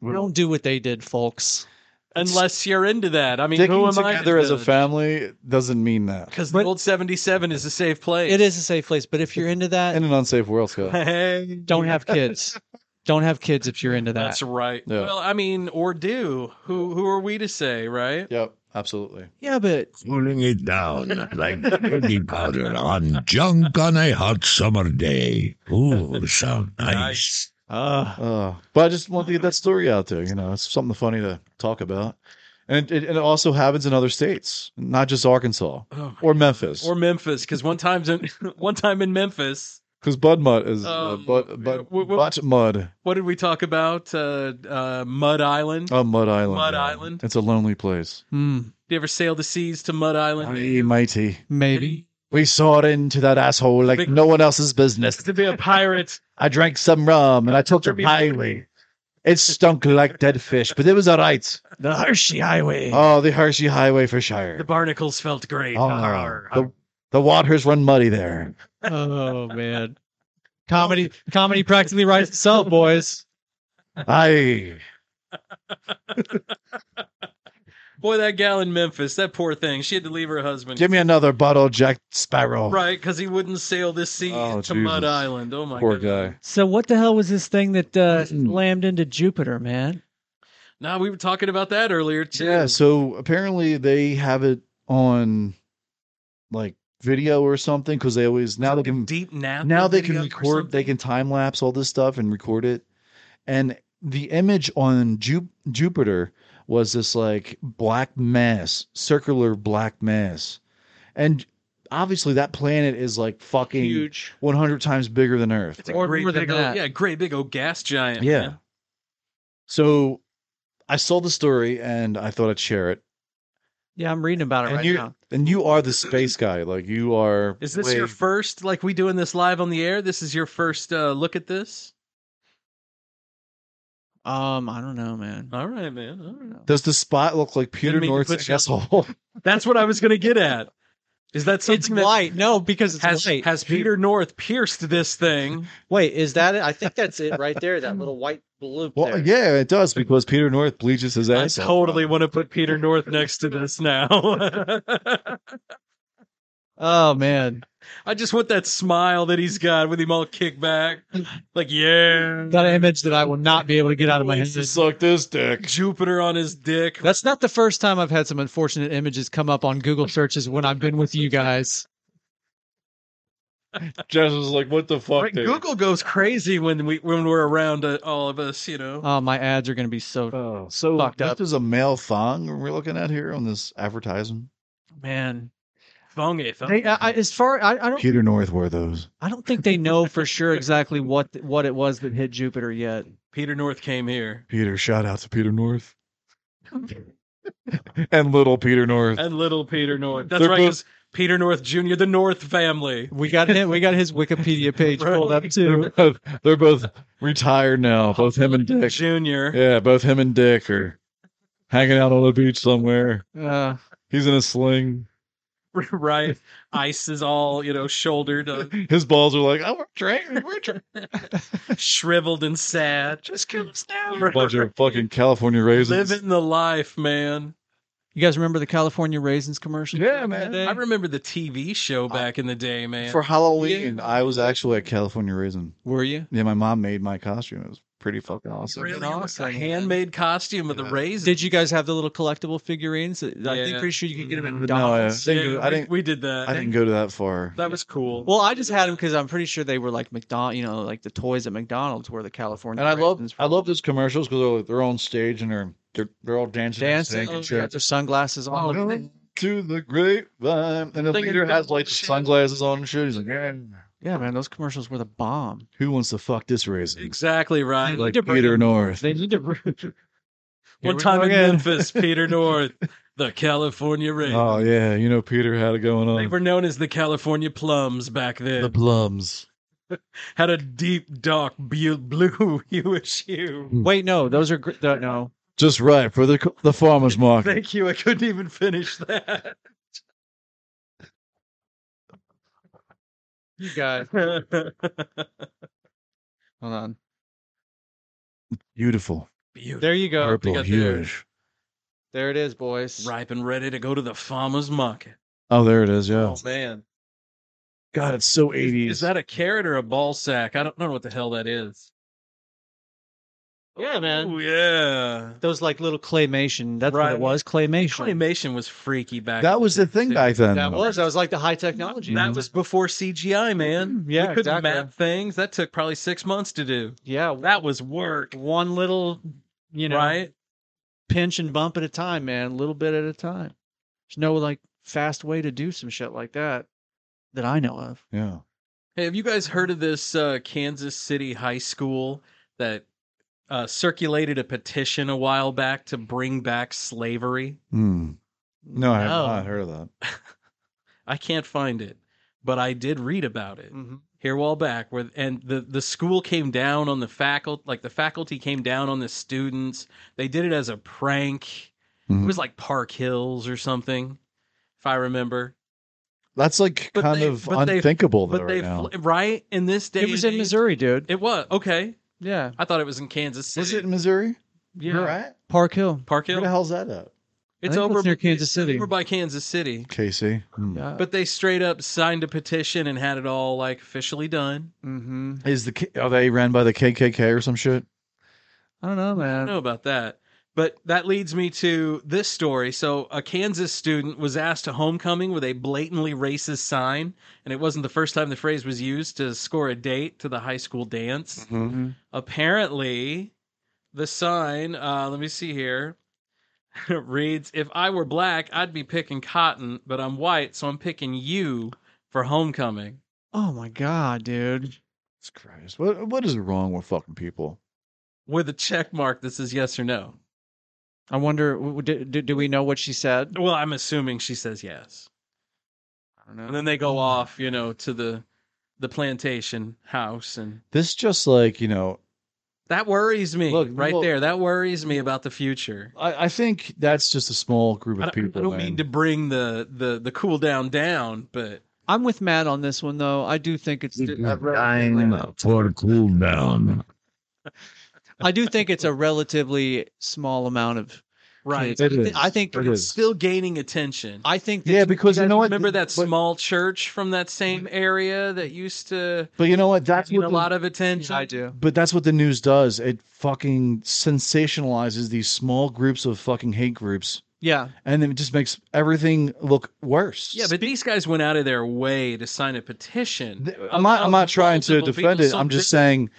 Don't do what they did, folks.
Unless you're into that. I mean,
Sticking
who am I?
together as a family doesn't mean that.
Because the old 77 is a safe place.
It is a safe place, but if you're into that,
In an unsafe world, Scott.
Hey.
don't have kids. Don't have kids if you're into that.
That's right.
Yeah.
Well, I mean, or do. Who who are we to say, right?
Yep. Absolutely.
Yeah, but
Cooling it down like baby powder on junk on a hot summer day. Ooh, sound nice.
Ah.
Uh, but I just want to get that story out there. You know, it's something funny to talk about. And it, it, it also happens in other states, not just Arkansas
Oh my
or Memphis.
Or Memphis, because one time's in one time in Memphis,
Because Bud Mud is uh,
Um,
Bud, Bud,
w- w-
Butt Mud.
what did we talk about? Uh, uh, Mud Island.
Oh, Mud Island.
Mud
yeah.
Island.
It's a lonely place.
hmm,
Did you ever sail the seas to Mud Island?
Hey, mighty.
Maybe.
We saw it into that asshole like no one else's business.
to be a pirate.
I drank some rum and I took the highway. It stunk like dead fish, but it was all right.
The Hershey Highway.
Oh, the Hershey Highway for Shire.
The barnacles felt great.
Oh, the, the waters run muddy there.
oh man, comedy comedy practically writes itself, boys.
I
Boy, that gal in Memphis, that poor thing. She had to leave her husband.
give me another bottle, Jack Sparrow.
Right, because he wouldn't sail this sea
Oh,
to Mud
Jesus.
Island. Oh my
Poor
god.
guy.
So what the hell was this thing that uh, slammed into Jupiter, man?
Nah, we were talking about that earlier too.
Yeah. So apparently they have it on like video or something because they always now they can
Deep nap.
now they can
video or
record they can time lapse all this stuff and record it and the image on Ju- jupiter was this like black mass circular black mass and obviously that planet is like fucking
Huge.
100 times bigger than earth
It's a great big old, yeah, great big old gas giant.
yeah.
man.
So I saw the story and I thought I'd share it.
Yeah, I'm reading about it
And
right
you
now.
and you are the space guy. Like you are
Is this
way-
your first? Like we doing this live on the air? This is your first uh, look at this.
Um, I don't know, man.
All right, man. All right.
Does the spot look like Peter
mean to
North's
put you-
asshole?
That's what I was gonna get at. Is that something
It's
that
white. No, because it's
has
white.
has Peter North pierced this thing?
Wait, is that it? I think that's it right there. That little white bloop.
Well, yeah, it does because Peter North bleaches his
I
asshole.
totally want to put Peter North next to this now.
Oh man,
I just want that smile that he's got with him all kicked back. Like, yeah.
that image that I will not be able to get out of my head.
Suck this dick.
Jupiter on his dick.
That's not the first time I've had some unfortunate images come up on Google searches when I've been with you guys.
Jess was like, "What the fuck?"
Right,
dude?
Oh,
Google goes crazy when we when we're around uh, all of us, you know.
Oh, my ads are going to be so
So
fucked
this
up,
is a male thong we're looking at here on this advertisement.
man.
Bonge.
They, I, I- as far I, I don't
Peter North wore those.
I don't think they know for sure exactly what what it was that hit Jupiter yet.
Peter North came here.
Peter, shout out to Peter North and little Peter North.
And little Peter North. That's
They're
right.
both-
'cause Peter North Jr., the North family.
We got him. We got his Wikipedia page pulled up too.
They're both, they're both retired now. Both him and Dick
Junior.
Yeah, both him and Dick are hanging out on the beach somewhere.
Uh,
He's in a sling.
right. Ice is all, you know, shouldered, uh,
His balls are like, "Oh, I want drink.
shriveled and sad.
Just kill us now.
a bunch of fucking California raisins.
Living the life, man.
You guys remember the California raisins commercial? Yeah, man.
I remember the TV show back in the day, man.
For Halloween, I was actually at California Raisin.
Were you?
Yeah, my mom made my costume. It was pretty fucking awesome.
Really, a handmade costume of the raisin.
Did you guys have the little collectible figurines? I think pretty sure you could get them in McDonald's.
No, I didn't go- I didn't-
we did that.
I didn't go to that far.
That was cool.
Well, I just had them because I'm pretty sure they were like McDonald, you know, like the toys at McDonald's were the California.
And I love I love those commercials because they're, like, they're on stage and they're they're, they're all dancing, and
dancing,
singing
oh,
and
they got
shit.
their sunglasses on.
Oh,
Look at
no. to the grapevine, and the
Thinking
leader
about
has like sunglasses on and shit. He's like, yeah,
Yeah, man, those commercials were the bomb.
Who wants to fuck this raisin?
Exactly right.
Like Peter North.
They need to.
One
we
time
go
in
again.
Memphis, Peter North, the California Raisin.
Oh yeah, you know Peter had it going
They
on.
were known as the California Plums back then.
The plums.
Had a deep, dark, bu- blue hewish hue.
Wait, no, those are gr- the- no.
Just right for the co- the farmers market.
Thank you. I couldn't even finish that.
You guys.
Hold
on.
Beautiful.
There you go.
Purple,
We got there.
huge.
There it is, boys.
Ripe and ready to go to the farmer's market.
Oh, there it is. Yeah.
Oh, man.
God, it's so
Is-
80s.
Is that a carrot or a ball sack? I don't know what the hell that is.
Yeah, man.
Oh, yeah.
Those like little claymation. That's what
Right.
it was. Claymation.
Claymation was freaky back
That was the thing back then.
That was. That was like the high technology. Mm-hmm.
That was before CGI, man.
Yeah,
we couldn't
exactly.
map things. That took probably six months to do.
Yeah,
that was work.
One little, you know,
right?
Pinch and bump at a time, man. A little bit at a time. There's no like fast way to do some shit like that that I know of.
Yeah.
Hey, have you guys heard of this uh, Kansas City high school that uh, circulated a petition a while back to bring back slavery?
Hmm. No, I have
No.
not heard of that.
I can't find it, but I did read about it.
Mhm.
Here a while back, where and the the school came down on the faculty, like the faculty came down on the students. They did it as a prank.
Mm-hmm.
It was like Park Hills or something, if I remember.
That's like
But
kind
they-
of
but they-
unthinkable
but
though
they
right now.
fl- right in this day.
It was in
and age-
Missouri, dude.
It was okay.
Yeah.
I thought it was in Kansas City.
Is it in Missouri?
Yeah.
You're right.
Park Hill.
Park Hill?
Where the hell's that at?
It's
I think
over
it's near Kansas
it's
City.
Over by Kansas City.
KC. Hmm.
But they straight up signed a petition and had it all like officially done.
Mm-hmm.
Is the K- are they ran by the KKK or some shit?
I don't know, man.
I don't know about that. But that leads me to this story. So, a Kansas student was asked to homecoming with a blatantly racist sign, and it wasn't the first time the phrase was used to score a date to the high school dance. Apparently, the sign, uh, let me see here, reads If I were black, I'd be picking cotton, but I'm white, so I'm picking you for homecoming.
Oh my god, dude.
Christ. What what is wrong with fucking people?
with a check mark that says yes or no.
I wonder. w- w- Do, do, do we know what she said?
Well, I'm assuming she says yes.
I don't know.
And then they go off, you know, to the the plantation house and
This just like, you know,
that worries me
Look,
right
look-
there. That worries me about the future.
I, I think that's just a small group
I
of
don't, I
people.
don't
man.
mean to bring the the the cool down down, but
I'm with Matt on this one though. I do think it's I've read-
Dying for cool down.
I do think it's a relatively small amount of
Right.
kids.
It
I thi-
is.
I think
It is. still gaining attention.
I think that
Yeah, because you know what?
remember that small church from that same area that used to
But you know what? That's
gain
what
a
the-
lot of attention. I
do.
But that's what the news does. It fucking sensationalizes these small groups of fucking hate groups.
Yeah.
And then it just makes everything look worse.
Yeah, but these guys went out of their way to sign a petition.
I'm not I'm not trying to
multiple
defend
people,
it. I'm
some
just
big-
saying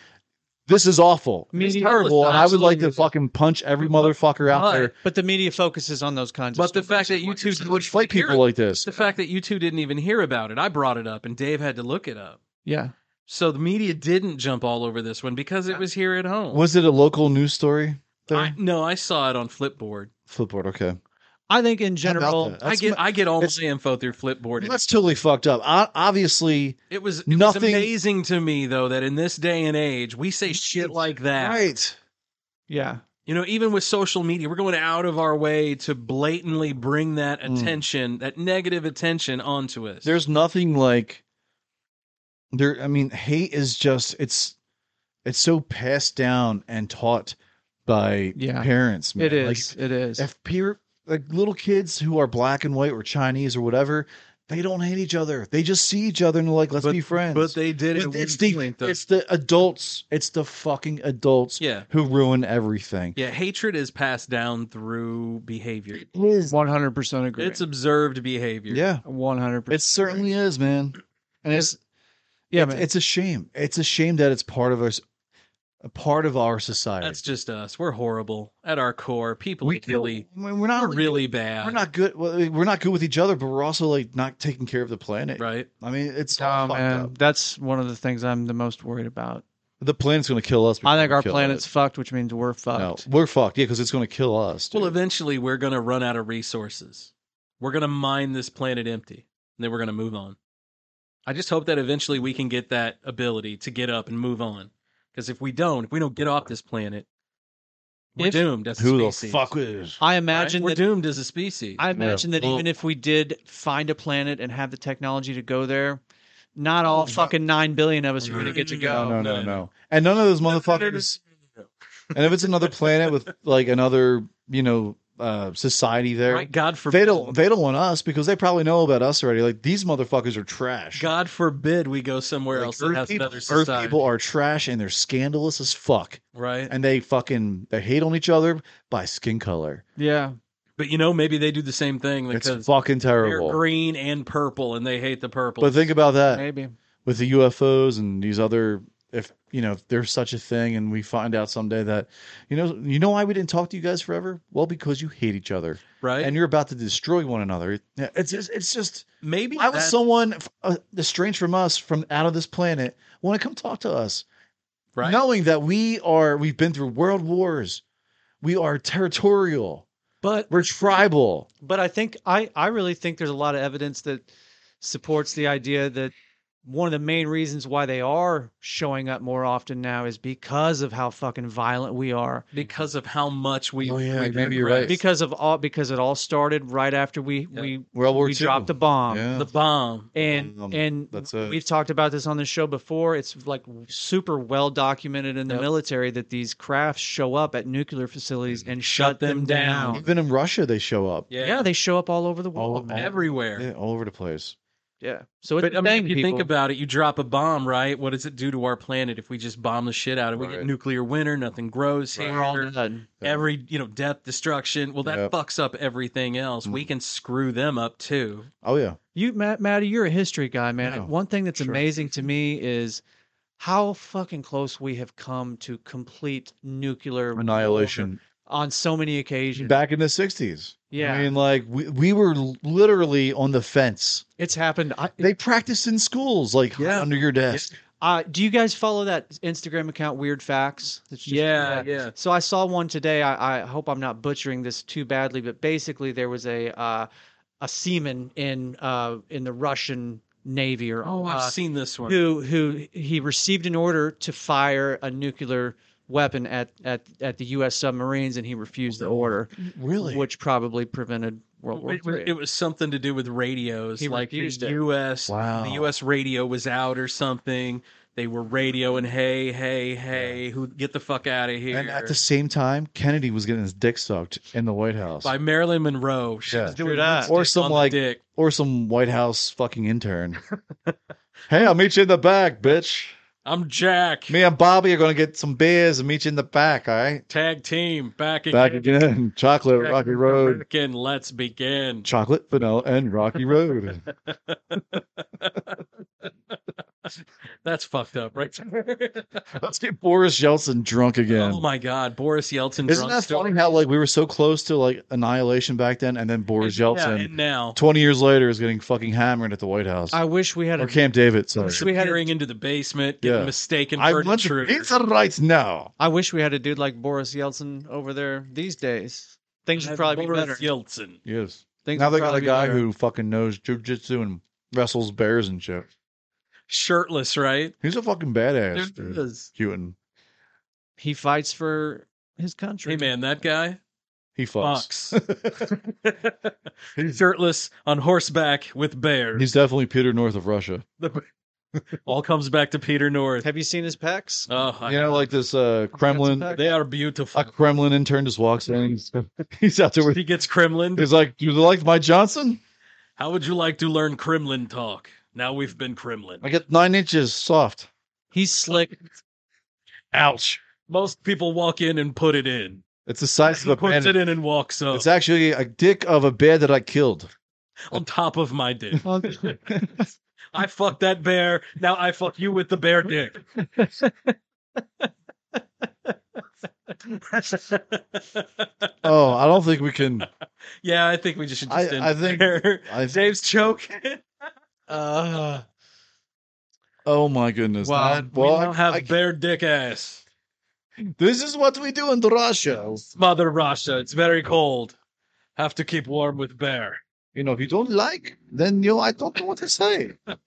this is awful. It's
Media-
terrible, and I would like to fucking punch every motherfucker out
But,
there.
but the media focuses on those kinds of
But the fact that you two
Which fight people like this.
the fact that you two didn't even hear about it, I brought it up, and Dave had to look it up.
Yeah.
So the media didn't jump all over this one because
Uh,
it was here at home.
Was it a local news story? There?
I, no, I saw it on Flipboard.
Flipboard. Okay.
I think in general,
I get I get all my info through Flipboard.
That's totally fucked up. O- obviously,
It was it
Nothing-
was amazing to me though that in this day and age we say shit like that.
Right.
Yeah.
You know, even with social media, we're going out of our way to blatantly bring that
Mm.
attention, that negative attention onto us.
there's nothing like there i mean hate is just it's it's so passed down and taught by
Yeah.
parents man.
It is. it is.
if peer like little kids who are black and white or chinese or whatever they don't hate each other they just see each other and they're like let's be friends
but they did at
But it's
one
the,
point, though.
it's the adults it's the fucking adults
Yeah.
who ruin everything
Yeah, hatred is passed down through behavior.
One hundred percent agree.
It's observed behavior.
yeah
one hundred percent
it certainly is man and it's
yeah
it's, it's a shame it's a shame that it's part of us a part of our society
That's just us. We're horrible at our core. People we really
we're not
really bad.
we're not good. well, We're not good with each other, but we're also like not taking care of the planet.
Right.
I mean, it's all fucked up.
And Oh, that's one of the things I'm the most worried about.
The planet's going to kill us.
I think
before it
our
kills
planet's fucked, which means we're
it.
fucked.
No, we're fucked. Yeah, because it's going to kill us.
Well, eventually we're going to run out of resources. We're going to mine this planet empty, and then we're going to move on. I just hope that eventually we can get that ability to get up and move on. Because if we don't, if we don't get off this planet, we're
If-
doomed as a
Who the
species.
fuck
is?
I imagine
We're
that-
doomed as a species.
I imagine that even if we did find a planet and have the technology to go there, not all fucking nine billion of us are going to get to go.
No, no, no, no. And none of those motherfuckers. and if it's another planet with like another, you know, uh, society there,
Right, God forbid.
they don't they don't want us because they probably know about us already. Like these motherfuckers are trash.
God forbid we go somewhere else that has another
Earth
society.
people are trash and they're scandalous as fuck.
Right.
And they fucking they hate on each other by skin color.
Yeah.
But you know, maybe they do the same thing because
It's fucking
they're
terrible.
green and purple, and they hate the purple.
But think about that.
Maybe.
With the UFOs and these other if you know, if there's such a thing and we find out someday that you know you know why we didn't talk to you guys forever? Well, because you hate each other.
Right.
And you're about to destroy one another. Yeah, It's just it's just
maybe
why would
that-
someone uh, estranged from us from out of this planet want to come talk to us? Right. Knowing that we are we've been through world wars. We are territorial.
But
we're tribal.
But I think I I really think there's a lot of evidence that supports the idea that one of the main reasons why they are showing up more often now is because of how fucking violent we are.
because of how much we. Oh yeah,
Because of all because it all started right after we we
World War
we
II.
dropped the bomb.
the bomb.
And and
that's it.
we've talked about this on the show before. It's like super well documented in the military that these crafts show up at nuclear facilities and shut, them down.
Even in Russia, they show up.
Yeah. they show up all over the world.
everywhere.
Yeah, all over the place.
Yeah. So it's
But
a
I mean,
thing,
if you think
people.
about it, you drop a bomb, right? What does it do to our planet if we just bomb the shit out of it? We get nuclear winter, nothing grows here.
We're all done.
Every you know, death, destruction. Well, that
Yep.
fucks up everything else.
Mm.
We can screw them up too.
Oh yeah.
You, Matt, Matty, you're a history guy, man. One thing that's amazing to me is how fucking close we have come to complete nuclear
Annihilation.
war on so many occasions.
Back in the sixties.
Yeah.
I mean, like we, we were literally on the fence.
It's happened. I,
they practiced in schools, like under your desk.
Uh, do you guys follow that Instagram account, Weird Facts? It's just-
Yeah, yeah.
So I saw one today. I, I hope I'm not butchering this too badly, but basically there was a uh, a seaman in uh, in the Russian Navy or
Oh, I've
uh,
seen this one.
Who who he received an order to fire a nuclear weapon at at at the U.S. submarines, and he refused the order.
Really?
Which probably prevented World War
It, was-
III.
it was something to do with radios.
He
like the
refused it.
U.S.
Wow.
The U.S. radio was out or something. They were radioing, "Hey, hey, hey, who get the fuck out of here!"
And at the same time, Kennedy was getting his dick sucked in the White House.
by Marilyn Monroe. She was doing that.
or some like or some White House fucking intern. hey, I'll meet you in the back, bitch.
I'm Jack.
Me and Bobby are gonna get some beers and meet you in the back, all right?
Tag team back again.
Back again. Chocolate, Rocky Road.
Again, let's begin.
Chocolate, vanilla, and Rocky Road.
That's fucked up, right?
Let's get Boris Yeltsin drunk again.
oh my God, Boris Yeltsin.
Isn't
drunk
that
story.
funny how like we were so close to like annihilation back then, and then Boris
Yeah,
Yeltsin,
and now-
twenty years later, is getting fucking hammered at the White House.
I wish we had
or
a
Camp David. Sorry.
we peering into the basement, getting
Yeah.
mistaken
I
for the
want the
truth.
pizza right now.
I wish we had a dude like Boris Yeltsin over there these days. Things would
Have
probably
Boris
be better.
Yeltsin.
Yes.
Things
now
would
they got
probably
a
be
guy
better.
who fucking knows jujitsu and wrestles bears and shit.
Shirtless, right?
He's a fucking badass.
There
dude.
is.
Cutin.
He fights for his country.
Hey man, that guy
He fucks.
fucks. Shirtless on horseback with bears.
He's definitely Peter North of Russia.
The- All comes back to Peter North.
Have you seen his pecs?
Oh, I-
You know, like this uh, Kremlin.
they are beautiful.
A Kremlin intern just walks in. He's, he's out there with.
He gets Kremlin.
He's like, "You like my Johnson?
How would you like to learn Kremlin talk? Now we've been Kremlin.
I get nine inches soft."
He's slick.
Ouch.
Most people walk in and put it in.
It's the size of a
Puts
bandit.
it in and walks up
It's actually a dick of a bear that I killed.
on top of my dick. I fucked that bear. Now I fuck you with the bear dick.
Oh, I don't think we can.
yeah, I think we just should
I-
just end
I think-
there.
I-
Dave's choke.
uh,
Oh my goodness!
wow,
That-
we
well,
now have
I-
bear dick ass.
this is what we do in Russia.
Mother Russia, it's very cold. Have to keep warm with bear.
You know, if you don't like, then you know, I don't know what to say.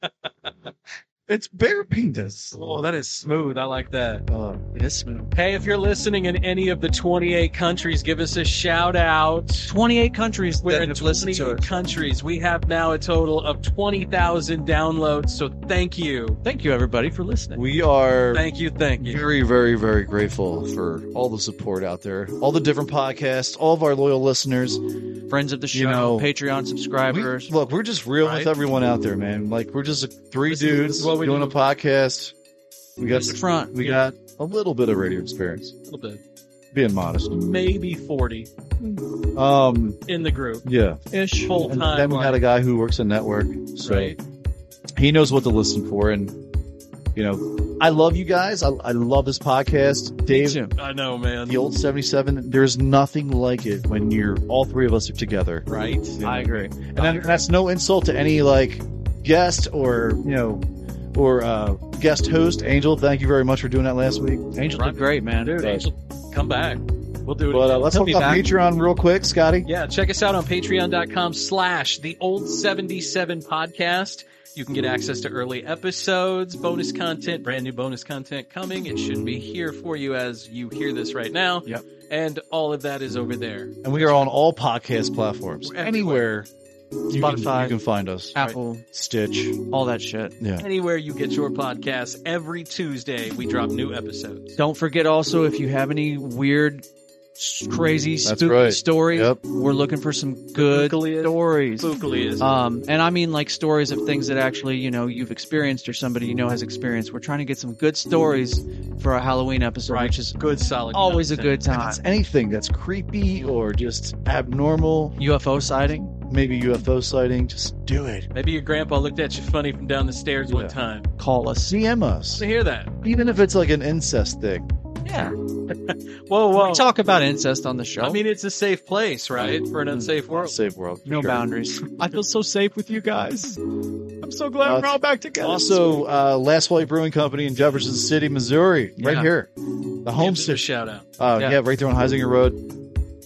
it's bear penis.
Oh, that is smooth. I like that. Um,
it is smooth.
Hey, if you're listening in any of the 28 countries, give us a shout out.
28 countries
We're
that
in
have listened to
28
us.
countries. We have now a total of 20,000 downloads. So thank you.
Thank you, everybody, for listening.
We are
Thank you. Thank you.
very, very, very grateful for all the support out there, all the different podcasts, all of our loyal listeners.
Friends of the show,
You know,
Patreon subscribers.
Look, we're just real
Right.
with everyone out there, man. Like we're just three
This is- this
dudes
is what we
doing
do.
a podcast. We got
Just the front.
We
Yeah.
got a little bit of radio experience,
A little bit.
being modest.
Maybe 40
Um,
in the group.
yeah.
Ish. Full
And
time.
then we had a guy who works in network, so he knows what to listen for. And you know, I love you guys. I, I love this podcast, Dave.
I know, man.
The old seventy-seven. There's nothing like it when you're all three of us are together.
Right.
I agree.
And then, that's no insult to any like guest or you know or uh, guest host. Angel, thank you very much for doing that last week.
Angel did great, man.
Dude, Angel, come back. We'll do it.
But uh, let's
He'll
talk
be
about
back.
Patreon real quick, Scotty.
Yeah, check us out on patreon.com slash the old 77 podcast. You can get access to early episodes, bonus content, brand new bonus content coming. It should be here for you as you hear this right now.
Yep.
And all of that is over there.
And we are on all podcast platforms. Anywhere you can,
Spotify.
you can find us.
Apple,
Stitch.
all that shit.
Yeah.
Anywhere you get your podcast, every Tuesday we drop new episodes.
Don't forget also if you have any weird, s- crazy,
That's
spooky
right.
story,
Yep.
we're looking for some good
Spookiest-
stories.
Spookily
Um, and I mean like stories of things that actually you know you've experienced or somebody you know has experienced. We're trying to get some good stories for our Halloween episode,
right.
which is
good, solid.
always a
content.
good
If
time.
it's anything that's creepy or just abnormal,
UFO sighting,
maybe UFO sighting, just do it.
Maybe your grandpa looked at you funny from down the stairs one time.
call us.
DM us.
To hear that.
Even if it's like an incest thing.
Yeah,
Whoa, whoa.
we talk about Mm-hmm. incest on the show.
I mean, it's a safe place, right? For an unsafe world.
Save world.
no
Sure.
boundaries. I feel so safe with you guys. I'm so glad
Uh,
we're all back together.
Also, uh, Last Flight Brewing Company in Jefferson City, Missouri, right
Yeah.
here. The
Give them
home
a
city.
shout out.
Uh,
Yeah.
yeah. right there on Heisinger Road.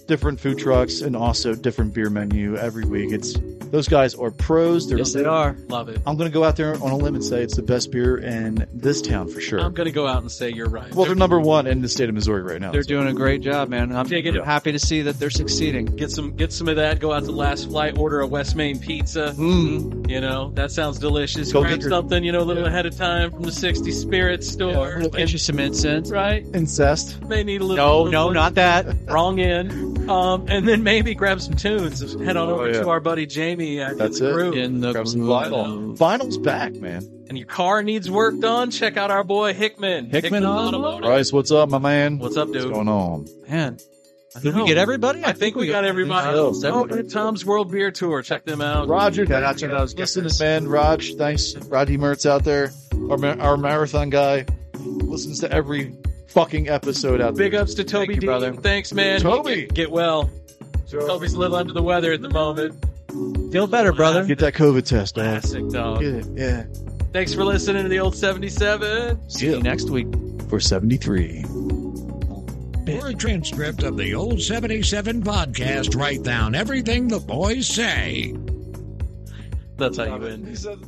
Different food trucks and also different beer menu every week. It's those guys are pros. They're
yes, they are.
Love it.
I'm gonna go out there on a limb and say it's the best beer in this town for sure.
I'm gonna go out and say you're right.
well, they're number one in the state of Missouri right now.
They're doing a great job, man. I'm
Dig it up.
happy to see that they're succeeding.
get some get some of that. Go out to Last Flight, order a West Main pizza. Mm-hmm.
Mm.
You know that sounds delicious.
Go
Grab
get your-
something you know a little ahead of time from the 60 Spirit store.
Get you some incense.
Right,
incest.
may need a little.
No,
little-
no, not that.
wrong end. Um, and then maybe grab some tunes. and Head on over
Oh, yeah.
to our buddy Jamie at
That's
the
it.
Groove.
In the
Grab some
groove.
vinyl. Vinyl's back, man.
And your car needs work done. Check out our boy Hickman.
Hickman Automotive.
Bryce, what's up, my man?
What's up, dude?
What's going on?
Man, Did we get everybody?
I think we got everybody.
Oh,
Oh, and Tom's World Beer Tour. Check them out.
Roger, thanks for those listening, man. Raj, thanks, Roddy Mertz out there, our, ma- our marathon guy, listens to every fucking episode out there.
Big ups to Toby
Thank you,
Dean.
brother.
Thanks, man.
Toby.
Get, get well. Toby's a little under the weather at the moment.
Feel better, brother.
Get that COVID test, man.
Classic dog.
Get it, yeah.
Thanks for listening to the old 77.
See you
next week
for 73.
For a transcript of the old 77 podcast, write down everything the boys say.
That's how you win.